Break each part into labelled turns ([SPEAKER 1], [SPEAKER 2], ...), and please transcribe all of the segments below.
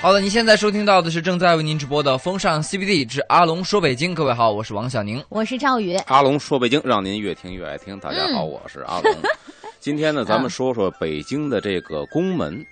[SPEAKER 1] 好的，您现在收听到的是正在为您直播的《风尚 CBD 之阿龙说北京》，各位好，我是王小宁。
[SPEAKER 2] 我是赵宇，
[SPEAKER 3] 阿龙说北京，让您越听越爱听。大家好，我是阿龙。今天呢，咱们说说北京的这个宫门。
[SPEAKER 1] 嗯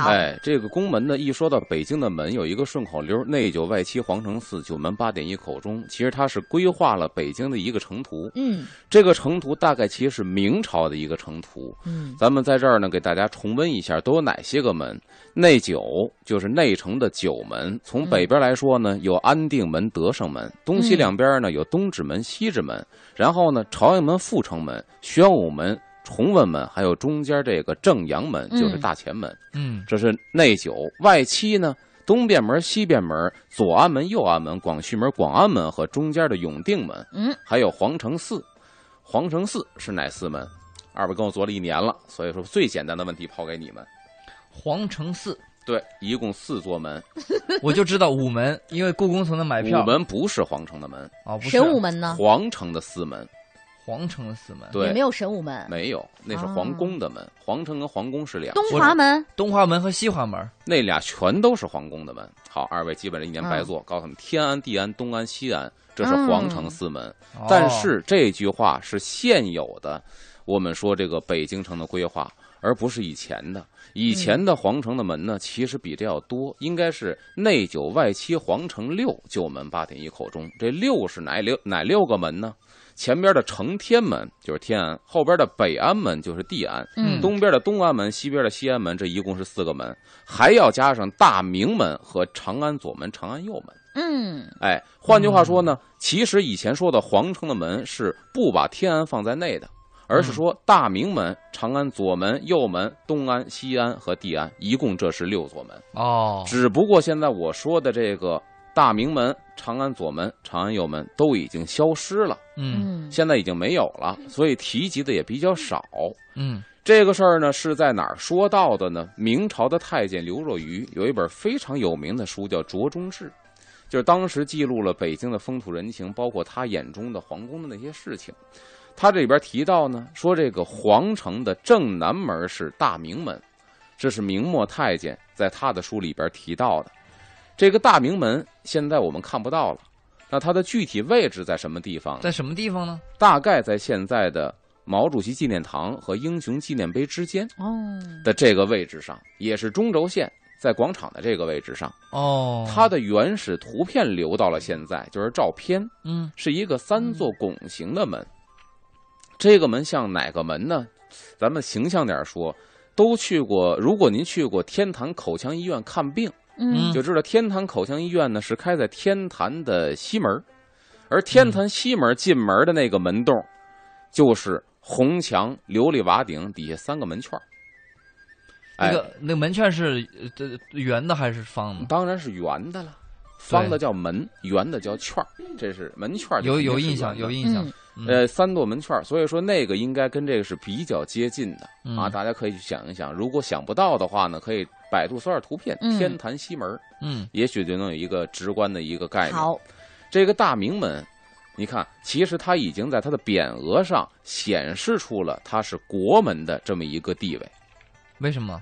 [SPEAKER 2] 好
[SPEAKER 3] 哎，这个宫门呢，一说到北京的门，有一个顺口溜儿：内九外七皇城四，九门八点一口钟。其实它是规划了北京的一个城图，
[SPEAKER 2] 嗯
[SPEAKER 3] 这个城图大概其实是明朝的一个城图。
[SPEAKER 2] 嗯
[SPEAKER 3] 咱们在这儿呢，给大家重温一下都有哪些个门。内九就是内城的九门，从北边来说呢，有安定门、德胜门；东西
[SPEAKER 2] 嗯
[SPEAKER 3] 两边呢有东直门、西直门，然后呢朝阳门、阜成门、宣武门、崇文门，还有中间这个正阳门
[SPEAKER 2] 嗯
[SPEAKER 3] 就是大前门，
[SPEAKER 1] 嗯，
[SPEAKER 3] 这是内九。外七呢，东便门、西便门、左安门、右安门、广旭门、广安门和中间的永定门。
[SPEAKER 2] 嗯，
[SPEAKER 3] 还有皇城寺，皇城寺是哪四门？二位跟我做了一年了，所以说最简单的问题抛给你们。
[SPEAKER 1] 皇城寺，
[SPEAKER 3] 对，一共四座门，
[SPEAKER 1] 我就知道午门，因为故宫曾能买票。
[SPEAKER 3] 午门不是皇城的门，
[SPEAKER 1] 哦，不是
[SPEAKER 2] 神武门呢？
[SPEAKER 3] 皇城的四门。
[SPEAKER 1] 皇城的四门，
[SPEAKER 3] 对
[SPEAKER 2] 也啊没有神武门，
[SPEAKER 3] 没有，那是皇宫的门。皇城跟皇宫是两，
[SPEAKER 2] 东华门
[SPEAKER 1] 东华门和西华门。
[SPEAKER 3] 那俩全都是皇宫的门。好，二位基本上一年
[SPEAKER 2] 啊
[SPEAKER 3] 白做，告诉他们天安、地安、东安、西安，这是
[SPEAKER 2] 嗯
[SPEAKER 3] 皇城四门。
[SPEAKER 1] 哦
[SPEAKER 3] 但是这句话是现有的，我们说这个北京城的规划，而不是以前的。以前的皇城的门呢，其实比这要多，应该是内九外七，皇城六，九门八点一口钟。这六是哪六哪六个门呢？前边的承天门就是天安，后边的北安门就是地安，
[SPEAKER 2] 嗯
[SPEAKER 3] 东边的东安门，西边的西安门，这一共是四个门，还要加上大明门和长安左门、长安右门。
[SPEAKER 2] 嗯
[SPEAKER 3] 哎，换句话说呢，其实以前说的皇城的门是不把天安放在内的，而是说大明门、长安左门、右门、东安、西安和地安，一共这是六座门。
[SPEAKER 1] 哦，
[SPEAKER 3] 只不过现在我说的这个大明门、长安左门、长安右门都已经消失了，
[SPEAKER 1] 嗯
[SPEAKER 2] 嗯
[SPEAKER 3] 现在已经没有了，所以提及的也比较少。
[SPEAKER 1] 嗯
[SPEAKER 3] 这个事儿呢是在哪儿说到的呢？明朝的太监刘若愚有一本非常有名的书叫《酌中志》，就是当时记录了北京的风土人情，包括他眼中的皇宫的那些事情。他这里边提到呢，说这个皇城的正南门是大明门，这是明末太监在他的书里边提到的。这个大明门现在我们看不到了，那它的具体位置在什么地方呢？
[SPEAKER 1] 在什么地方呢？
[SPEAKER 3] 大概在现在的毛主席纪念堂和英雄纪念碑之间
[SPEAKER 2] 哦
[SPEAKER 3] 的这个位置上，也是中轴线在广场的这个位置上。
[SPEAKER 1] 哦，
[SPEAKER 3] 它的原始图片留到了现在，就是照片，
[SPEAKER 1] 嗯
[SPEAKER 3] 是一个三座拱形的门。这个门像哪个门呢？咱们形象点说，都去过。如果您去过天坛口腔医院看病，
[SPEAKER 2] 嗯
[SPEAKER 3] 就知道天坛口腔医院呢是开在天坛的西门儿，而天
[SPEAKER 1] 嗯
[SPEAKER 3] 坛西门进门的那个门洞，就是红墙琉璃瓦顶底下三个门券儿。
[SPEAKER 1] 那
[SPEAKER 3] 哎，
[SPEAKER 1] 个那个门券是呃呃圆的还是方的？
[SPEAKER 3] 当然是圆的了，方的叫门，圆的叫券儿，这是门券儿就
[SPEAKER 1] 有
[SPEAKER 3] 肯定
[SPEAKER 1] 有
[SPEAKER 3] 是
[SPEAKER 1] 印
[SPEAKER 3] 圆
[SPEAKER 1] 象，
[SPEAKER 3] 的
[SPEAKER 1] 有印象
[SPEAKER 2] 嗯。
[SPEAKER 1] 嗯
[SPEAKER 3] 呃，三座门券儿，所以说那个应该跟这个是比较接近的、
[SPEAKER 1] 嗯
[SPEAKER 3] 啊，大家可以去想一想。如果想不到的话呢，可以百度搜下图片，
[SPEAKER 2] 嗯
[SPEAKER 3] 天坛西门儿，
[SPEAKER 1] 嗯
[SPEAKER 3] 也许就能有一个直观的一个概念。
[SPEAKER 2] 好
[SPEAKER 3] 这个大明门，你看，其实它已经在它的匾额上显示出了它是国门的这么一个地位。
[SPEAKER 1] 为什么？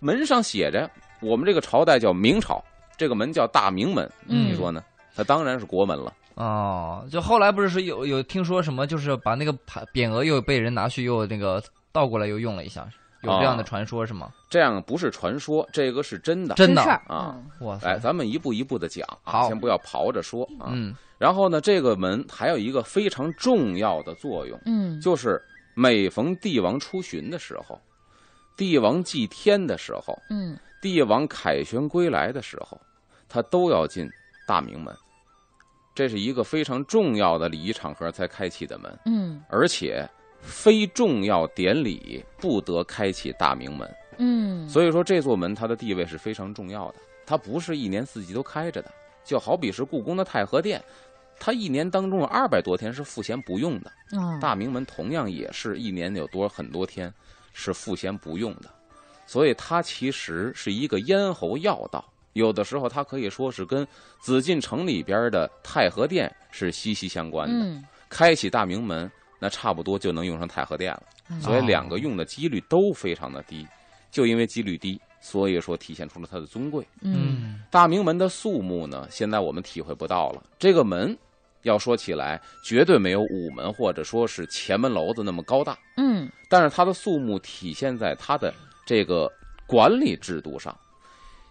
[SPEAKER 3] 门上写着，我们这个朝代叫明朝，这个门叫大明门，
[SPEAKER 2] 嗯
[SPEAKER 3] 你说呢？它当然是国门了。
[SPEAKER 1] 哦，就后来不是说有有听说什么，就是把那个牌匾额又被人拿去又那个倒过来又用了一下，有这样的
[SPEAKER 3] 啊
[SPEAKER 1] 传说是吗？
[SPEAKER 3] 这样不是传说，这个是真的。
[SPEAKER 1] 真的
[SPEAKER 2] 事儿
[SPEAKER 3] 啊
[SPEAKER 2] 嗯
[SPEAKER 1] 哇塞
[SPEAKER 3] 哎，，咱们一步一步的讲啊，
[SPEAKER 1] 好
[SPEAKER 3] 先不要刨着说啊。
[SPEAKER 1] 嗯
[SPEAKER 3] 然后呢，这个门还有一个非常重要的作用，
[SPEAKER 2] 嗯
[SPEAKER 3] 就是每逢帝王出巡的时候，帝王祭天的时候，
[SPEAKER 2] 嗯
[SPEAKER 3] 帝王凯旋归来的时候，他都要进大明门，这是一个非常重要的礼仪场合才开启的门，
[SPEAKER 2] 嗯
[SPEAKER 3] 而且非重要典礼不得开启大明门。
[SPEAKER 2] 嗯，
[SPEAKER 3] 所以说，这座门它的地位是非常重要的，它不是一年四季都开着的，就好比是故宫的太和殿。它一年当中有二百多天是赋闲不用的，
[SPEAKER 2] 以啊
[SPEAKER 3] 大明门同样也是一年有多很多天是赋闲不用的，所以它其实是一个咽喉要道。有的时候，它可以说是跟紫禁城里边的太和殿是息息相关的。
[SPEAKER 2] 嗯
[SPEAKER 3] 开启大明门，那差不多就能用上太和殿了。
[SPEAKER 2] 嗯
[SPEAKER 3] 所以两个用的几率都非常的低，就因为几率低，所以说体现出了它的尊贵。
[SPEAKER 2] 嗯
[SPEAKER 3] 大明门的肃穆呢，现在我们体会不到了。这个门，要说起来，绝对没有午门或者说是前门楼子那么高大，
[SPEAKER 2] 嗯
[SPEAKER 3] 但是它的肃穆体现在它的这个管理制度上。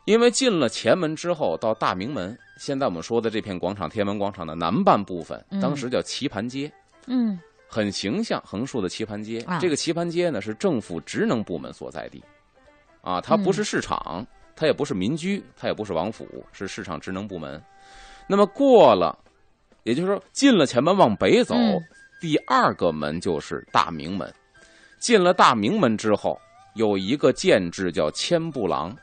[SPEAKER 3] 因为进了前门之后，到大明门，现在我们说的这片广场天安门广场的南半部分
[SPEAKER 2] 嗯，
[SPEAKER 3] 当时叫棋盘街，
[SPEAKER 2] 嗯
[SPEAKER 3] 很形象，横竖的棋盘街。
[SPEAKER 2] 啊
[SPEAKER 3] 这个棋盘街呢是政府职能部门所在地，啊，它不
[SPEAKER 2] 嗯
[SPEAKER 3] 是市场，它也不是民居，它也不是王府，是市场职能部门。那么过了，也就是说进了前门往北走，
[SPEAKER 2] 嗯
[SPEAKER 3] 第二个门就是大明门。进了大明门之后，有一个建制叫千步廊，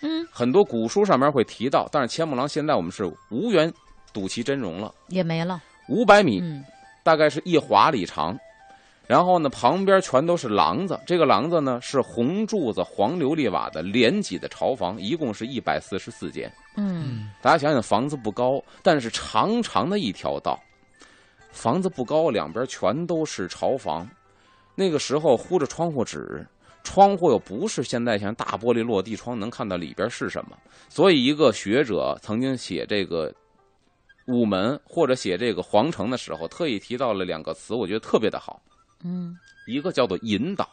[SPEAKER 2] 嗯，
[SPEAKER 3] 很多古书上面会提到，但是千步廊现在我们是无缘睹其真容了，
[SPEAKER 2] 也没了。
[SPEAKER 3] 五百米
[SPEAKER 2] 嗯
[SPEAKER 3] 大概是一华里长。然后呢，旁边全都是廊子，这个廊子呢是红柱子、黄琉璃瓦的连脊的朝房，一共是一百四十四间。
[SPEAKER 2] 嗯
[SPEAKER 3] 大家想想，房子不高，但是长长的一条道，房子不高，两边全都是朝房。那个时候糊着窗户纸，窗户又不是现在像大玻璃落地窗能看到里边是什么，所以一个学者曾经写这个午门或者写这个皇城的时候，特意提到了两个词，我觉得特别的好，
[SPEAKER 2] 嗯
[SPEAKER 3] 一个叫做引导，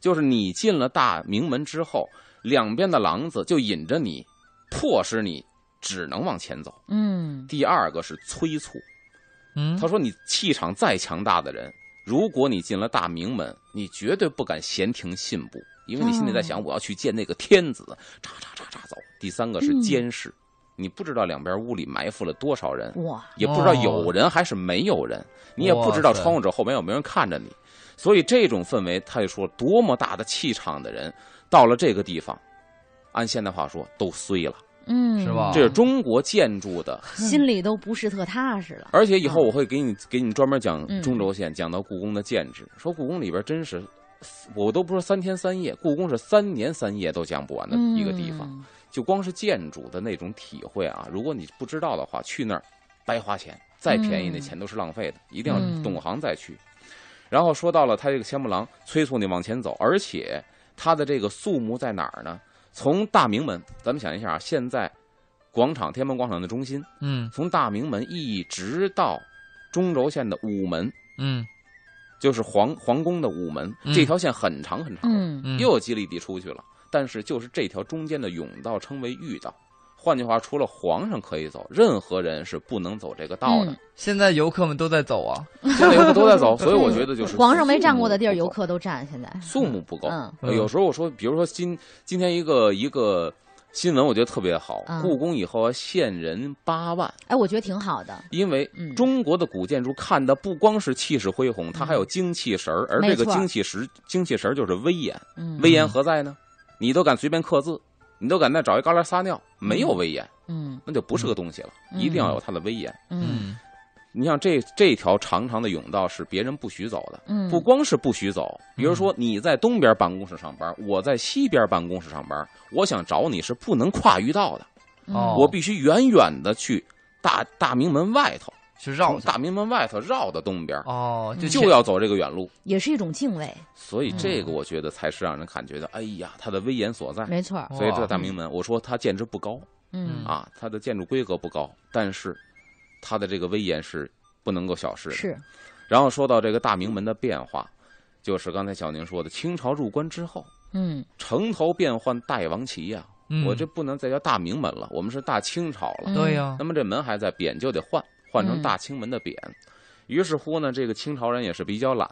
[SPEAKER 3] 就是你进了大明门之后，两边的廊子就引着你，迫使你只能往前走。
[SPEAKER 2] 嗯
[SPEAKER 3] 第二个是催促，
[SPEAKER 1] 嗯
[SPEAKER 3] 他说你气场再强大的人，如果你进了大明门，你绝对不敢闲庭信步，因为你心里在想我要去见那个天子，叉叉叉叉走。第三个是
[SPEAKER 2] 嗯
[SPEAKER 3] 监视，你不知道两边屋里埋伏了多少人，
[SPEAKER 2] 哇
[SPEAKER 3] 也不知道有人还是没有人，你也不知道
[SPEAKER 1] 哇塞
[SPEAKER 3] 窗户纸后面有没有人看着你，所以这种氛围，他就说多么大的气场的人，到了这个地方，按现在话说都衰了。
[SPEAKER 2] 嗯
[SPEAKER 1] 是吧
[SPEAKER 3] 这是中国建筑的，
[SPEAKER 2] 心里都不是特踏实了。
[SPEAKER 3] 而且以后
[SPEAKER 2] 嗯
[SPEAKER 3] 我会给你给你专门讲
[SPEAKER 2] 嗯
[SPEAKER 3] 中轴线，讲到故宫的建制，说故宫里边真是。我都不说三天三夜，故宫是三年三夜都讲不完的一个地方。
[SPEAKER 2] 嗯
[SPEAKER 3] 就光是建筑的那种体会啊，如果你不知道的话，去那儿白花钱，再便宜那
[SPEAKER 2] 嗯
[SPEAKER 3] 钱都是浪费的，一定要
[SPEAKER 2] 嗯
[SPEAKER 3] 懂行再去。然后说到了他这个千步廊催促你往前走，而且他的这个肃穆在哪儿呢？从大明门，咱们想一下啊，现在广场天安门广场的中心，
[SPEAKER 1] 嗯
[SPEAKER 3] 从大明门一直到中轴线的午门，
[SPEAKER 1] 嗯
[SPEAKER 3] 就是皇皇宫的午门，
[SPEAKER 1] 嗯
[SPEAKER 3] 这条线很长很长的，
[SPEAKER 2] 嗯
[SPEAKER 1] 嗯，
[SPEAKER 3] 又有几里地出去了。但是就是这条中间的甬道称为御道，换句话，除了皇上可以走，任何人是不能走这个道
[SPEAKER 2] 嗯
[SPEAKER 3] 的。
[SPEAKER 1] 现在游客们都在走啊，
[SPEAKER 3] 现在游客都在 走，所以我觉得就是
[SPEAKER 2] 皇上没占过的地儿，
[SPEAKER 3] 肃穆
[SPEAKER 2] 游
[SPEAKER 3] 不够
[SPEAKER 2] 客都占。现在
[SPEAKER 3] 肃穆不够。
[SPEAKER 2] 嗯
[SPEAKER 3] 呃有时候我说，比如说今今天一个一个新闻，我觉得特别好，
[SPEAKER 2] 嗯
[SPEAKER 3] 故宫以后要啊限人八万。
[SPEAKER 2] 哎，我觉得挺好的。
[SPEAKER 3] 因为
[SPEAKER 2] 嗯
[SPEAKER 3] 中国的古建筑看的不光是气势恢宏，它还有精气神儿，
[SPEAKER 2] 嗯
[SPEAKER 3] 而
[SPEAKER 2] 没
[SPEAKER 3] 这个
[SPEAKER 2] 错
[SPEAKER 3] 精气神精气神儿就是威严，
[SPEAKER 2] 嗯
[SPEAKER 3] 威严何在呢？你都敢随便刻字，你都敢再找一旮旯撒尿，没有威严，
[SPEAKER 2] 嗯
[SPEAKER 3] 那就不是个东西了。
[SPEAKER 2] 嗯
[SPEAKER 3] 一定要有它的威严。
[SPEAKER 2] 嗯
[SPEAKER 3] 你像这这条长长的甬道是别人不许走的，
[SPEAKER 2] 嗯，
[SPEAKER 3] 不光是不许走，比如说你在东边办公室上班，我在西边办公室上班，我想找你是不能跨越道的，
[SPEAKER 2] 嗯
[SPEAKER 1] 哦
[SPEAKER 3] 我必须远远的去大大明门外头。
[SPEAKER 1] 去绕
[SPEAKER 3] 从
[SPEAKER 1] 去
[SPEAKER 3] 大明门外头绕到东边，
[SPEAKER 1] 哦，就
[SPEAKER 3] 就要走这个远路。
[SPEAKER 2] 也是一种敬畏，
[SPEAKER 3] 所
[SPEAKER 2] 嗯
[SPEAKER 3] 以这个我觉得才是让人感觉到，哎呀，它的威严所在。
[SPEAKER 2] 没错儿。
[SPEAKER 3] 所以这大明门，我说它建制不高
[SPEAKER 2] 嗯
[SPEAKER 1] 嗯，
[SPEAKER 3] 啊，它的建筑规格不高，但是它的这个威严是不能够小视的。
[SPEAKER 2] 是
[SPEAKER 3] 然后说到这个大明门的变化，就是刚才小宁说的，清朝入关之后，
[SPEAKER 2] 嗯
[SPEAKER 3] 城头变换代王旗呀、
[SPEAKER 1] 嗯
[SPEAKER 3] 我这不能再叫大明门了，我们是大清朝了。
[SPEAKER 2] 嗯
[SPEAKER 1] 哦对呀
[SPEAKER 3] 那，么这门还在，匾就得换，换成大清门的匾。于是乎呢，这个清朝人也是比较懒，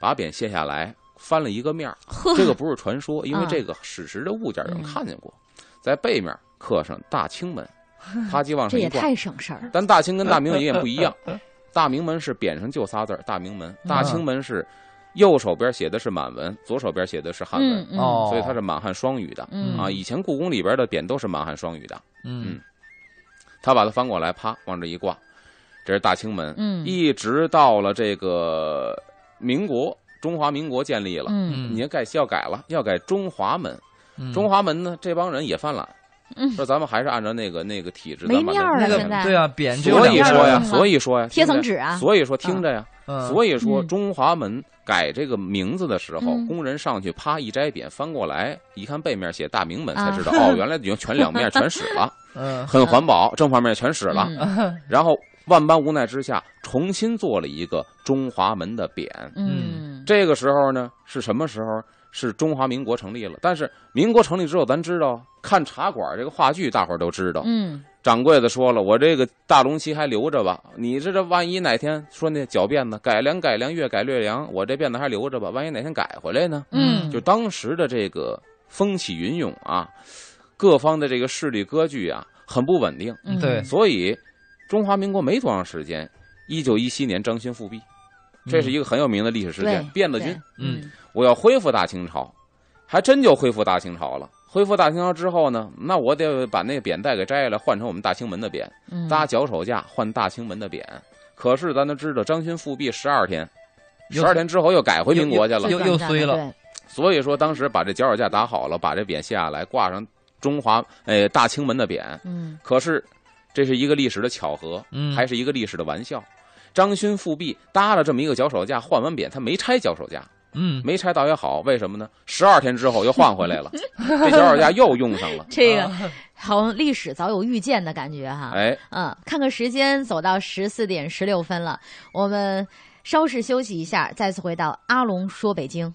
[SPEAKER 3] 把匾卸下来，翻了一个面儿。
[SPEAKER 2] 嗯
[SPEAKER 3] 这个不是传说，因为
[SPEAKER 2] 啊
[SPEAKER 3] 这个史实的物件有人看见过，在背面刻上大 清门，啪叽往
[SPEAKER 2] 这
[SPEAKER 3] 上一
[SPEAKER 2] 也
[SPEAKER 3] 挂。
[SPEAKER 2] 太省事儿了。
[SPEAKER 3] 但大清跟大明门有点不一样， 大明门是匾上就仨字儿大明
[SPEAKER 2] 嗯
[SPEAKER 3] 门，大清门是右手边写的是满文，左手边写的是汉文，
[SPEAKER 2] 嗯嗯
[SPEAKER 1] 哦，
[SPEAKER 3] 所以它是满汉双语的。
[SPEAKER 2] 嗯
[SPEAKER 3] 啊，以前故宫里边的匾都是满汉双语的，
[SPEAKER 1] 嗯
[SPEAKER 3] 他把它翻过来，啪往这一挂，这是大清门。
[SPEAKER 2] 嗯
[SPEAKER 3] 一直到了这个民国，中华民国建立了，
[SPEAKER 2] 嗯
[SPEAKER 3] 你要改要改了，要改中华门。
[SPEAKER 1] 嗯
[SPEAKER 3] 中华门呢，这帮人也犯懒，
[SPEAKER 2] 嗯
[SPEAKER 3] 说咱们还是按照那个那个体制，
[SPEAKER 2] 没
[SPEAKER 3] 咱们
[SPEAKER 2] 面儿
[SPEAKER 1] 那
[SPEAKER 2] 了
[SPEAKER 3] 那
[SPEAKER 1] 个
[SPEAKER 2] 现在
[SPEAKER 1] 对啊，匾只有
[SPEAKER 3] 所以
[SPEAKER 1] 两
[SPEAKER 3] 说
[SPEAKER 1] 个
[SPEAKER 3] 呀，
[SPEAKER 2] 面
[SPEAKER 1] 人
[SPEAKER 2] 儿
[SPEAKER 3] 所以说呀，
[SPEAKER 2] 贴层
[SPEAKER 3] 听着
[SPEAKER 2] 纸啊
[SPEAKER 3] 所以说听着呀，
[SPEAKER 1] 嗯，
[SPEAKER 3] 所以说
[SPEAKER 2] 嗯
[SPEAKER 3] 中华门改这个名字的时候，
[SPEAKER 2] 嗯
[SPEAKER 3] 工人上去啪一摘匾，翻过来一看背面写大明门，才
[SPEAKER 2] 啊
[SPEAKER 3] 知道哦，原来已经全两面全使 了，
[SPEAKER 1] 嗯
[SPEAKER 3] 很环保，正方面全使了。
[SPEAKER 2] 嗯
[SPEAKER 3] 然后万般无奈之下，重新做了一个中华门的匾。
[SPEAKER 2] 嗯，
[SPEAKER 3] 这个时候呢，是什么时候？是中华民国成立了。但是民国成立之后，咱知道看茶馆这个话剧，大伙儿都知道。
[SPEAKER 2] 嗯
[SPEAKER 3] 掌柜的说了：“我这个大龙旗还留着吧，你这这万一哪天说那脚辫子改良改良，越改越良，我这辫子还留着吧，万一哪天改回来呢？”
[SPEAKER 2] 嗯，
[SPEAKER 3] 就当时的这个风起云涌啊，各方的这个势力割据啊，很不稳定。
[SPEAKER 2] 嗯
[SPEAKER 1] 对
[SPEAKER 3] 所以，中华民国没多长时间，一九一七年张勋复辟，这是一个很有名的历史事件
[SPEAKER 2] 对，
[SPEAKER 3] 辫子军。，
[SPEAKER 2] 对
[SPEAKER 1] 嗯
[SPEAKER 3] 我要恢复大清朝，还真就恢复大清朝了。恢复大清朝之后呢，那我得把那匾带给摘下来，换成我们大清门的匾，
[SPEAKER 2] 嗯
[SPEAKER 3] 搭脚手架换大清门的匾。可是咱都知道，张勋复辟十二天，
[SPEAKER 1] 又
[SPEAKER 3] 十二天之后又改回民国去了
[SPEAKER 1] 又。又衰了，
[SPEAKER 3] 所以说，当时把这脚手架搭好了，把这匾卸下来，挂上中华呃大清门的匾。
[SPEAKER 2] 嗯
[SPEAKER 3] 可是，这是一个历史的巧合，
[SPEAKER 1] 嗯
[SPEAKER 3] 还是一个历史的玩笑。张勋复辟搭了这么一个脚手架，换完匾他没拆脚手架，
[SPEAKER 1] 嗯
[SPEAKER 3] 没拆倒也好，为什么呢？十二天之后又换回来 了，这脚手架又用上了。
[SPEAKER 2] 这个好像历史早有预见的感觉哈。
[SPEAKER 3] 哎，
[SPEAKER 2] 嗯，看看时间，走到十四点十六分了，我们稍事休息一下，再次回到阿龙说北京。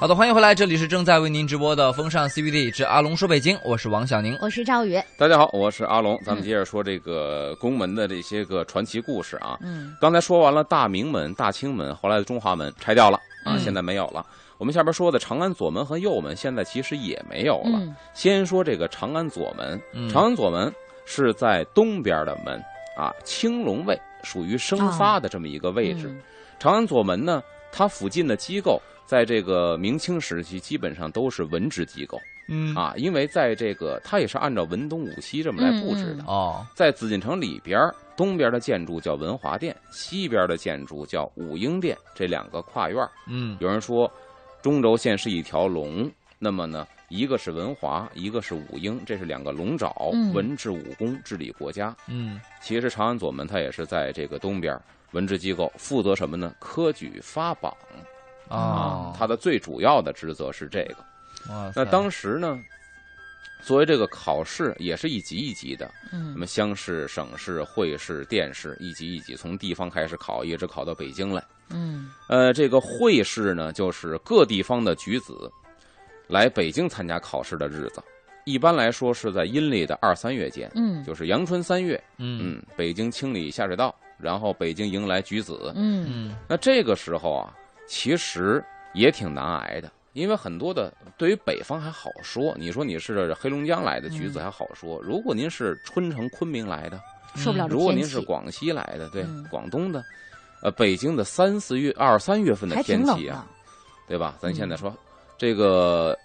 [SPEAKER 1] 好的，欢迎回来，这里是正在为您直播的风尚 CBD 之阿龙说北京，我是王小宁。
[SPEAKER 2] 我是赵宇，
[SPEAKER 3] 大家好，我是阿龙，咱
[SPEAKER 1] 嗯
[SPEAKER 3] 们接着说这个宫门的这些个传奇故事啊。
[SPEAKER 2] 嗯
[SPEAKER 3] 刚才说完了大明门、大清门，后来的中华门拆掉了啊，
[SPEAKER 1] 嗯
[SPEAKER 3] 现在没有了。我们下边说的长安左门和右门，现在其实也没有了。
[SPEAKER 2] 嗯
[SPEAKER 3] 先说这个长安左门，
[SPEAKER 1] 嗯
[SPEAKER 3] 长安左门是在东边的门啊，青龙卫属于生发的这么一个位置。
[SPEAKER 2] 嗯
[SPEAKER 3] 长安左门呢，它附近的机构在这个明清时期基本上都是文职机构
[SPEAKER 1] 嗯
[SPEAKER 3] 啊，因为在这个它也是按照文东武西这么来布置的。
[SPEAKER 1] 哦
[SPEAKER 3] 在紫禁城里边儿，东边的建筑叫文华殿，西边的建筑叫武英殿，这两个跨院儿。
[SPEAKER 1] 嗯
[SPEAKER 3] 有人说，中轴线是一条龙，那么呢，一个是文华，一个是武英，这是两个龙爪
[SPEAKER 2] 嗯，
[SPEAKER 3] 文治武功，治理国家。
[SPEAKER 1] 嗯
[SPEAKER 3] 其实长安左门它也是在这个东边儿文职机构，负责什么呢？科举发榜
[SPEAKER 1] 哦，
[SPEAKER 3] 它的最主要的职责是这个。
[SPEAKER 1] 哇塞
[SPEAKER 3] 嗯那当时呢，作为这个考试也是一级一级的，
[SPEAKER 2] 嗯
[SPEAKER 3] 那么乡试、省试、会试、殿试，一级一级从地方开始考，一直考到北京来。
[SPEAKER 2] 嗯
[SPEAKER 3] 呃，这个会试呢，就是各地方的举子来北京参加考试的日子，一般来说是在阴历的二三月间，
[SPEAKER 2] 嗯
[SPEAKER 3] 就是阳春三月。
[SPEAKER 1] 嗯
[SPEAKER 3] 嗯，北京清理下水道，然后北京迎来举子。
[SPEAKER 2] 嗯
[SPEAKER 1] 嗯
[SPEAKER 3] 那这个时候啊，其实也挺难挨的，因为很多的对于北方还好说，你说你是黑龙江来的举
[SPEAKER 2] 嗯
[SPEAKER 3] 子还好说，如果您是春城昆明来的，
[SPEAKER 2] 受不了这
[SPEAKER 3] 嗯如果您
[SPEAKER 2] 天
[SPEAKER 3] 是
[SPEAKER 2] 气，
[SPEAKER 3] 广西来的，对，
[SPEAKER 2] 嗯
[SPEAKER 3] 广东的，呃，北京的三四月、二三月份的
[SPEAKER 2] 还挺
[SPEAKER 3] 天
[SPEAKER 2] 冷
[SPEAKER 3] 气
[SPEAKER 2] 的嗯
[SPEAKER 3] 啊，，对吧？咱现在说、这个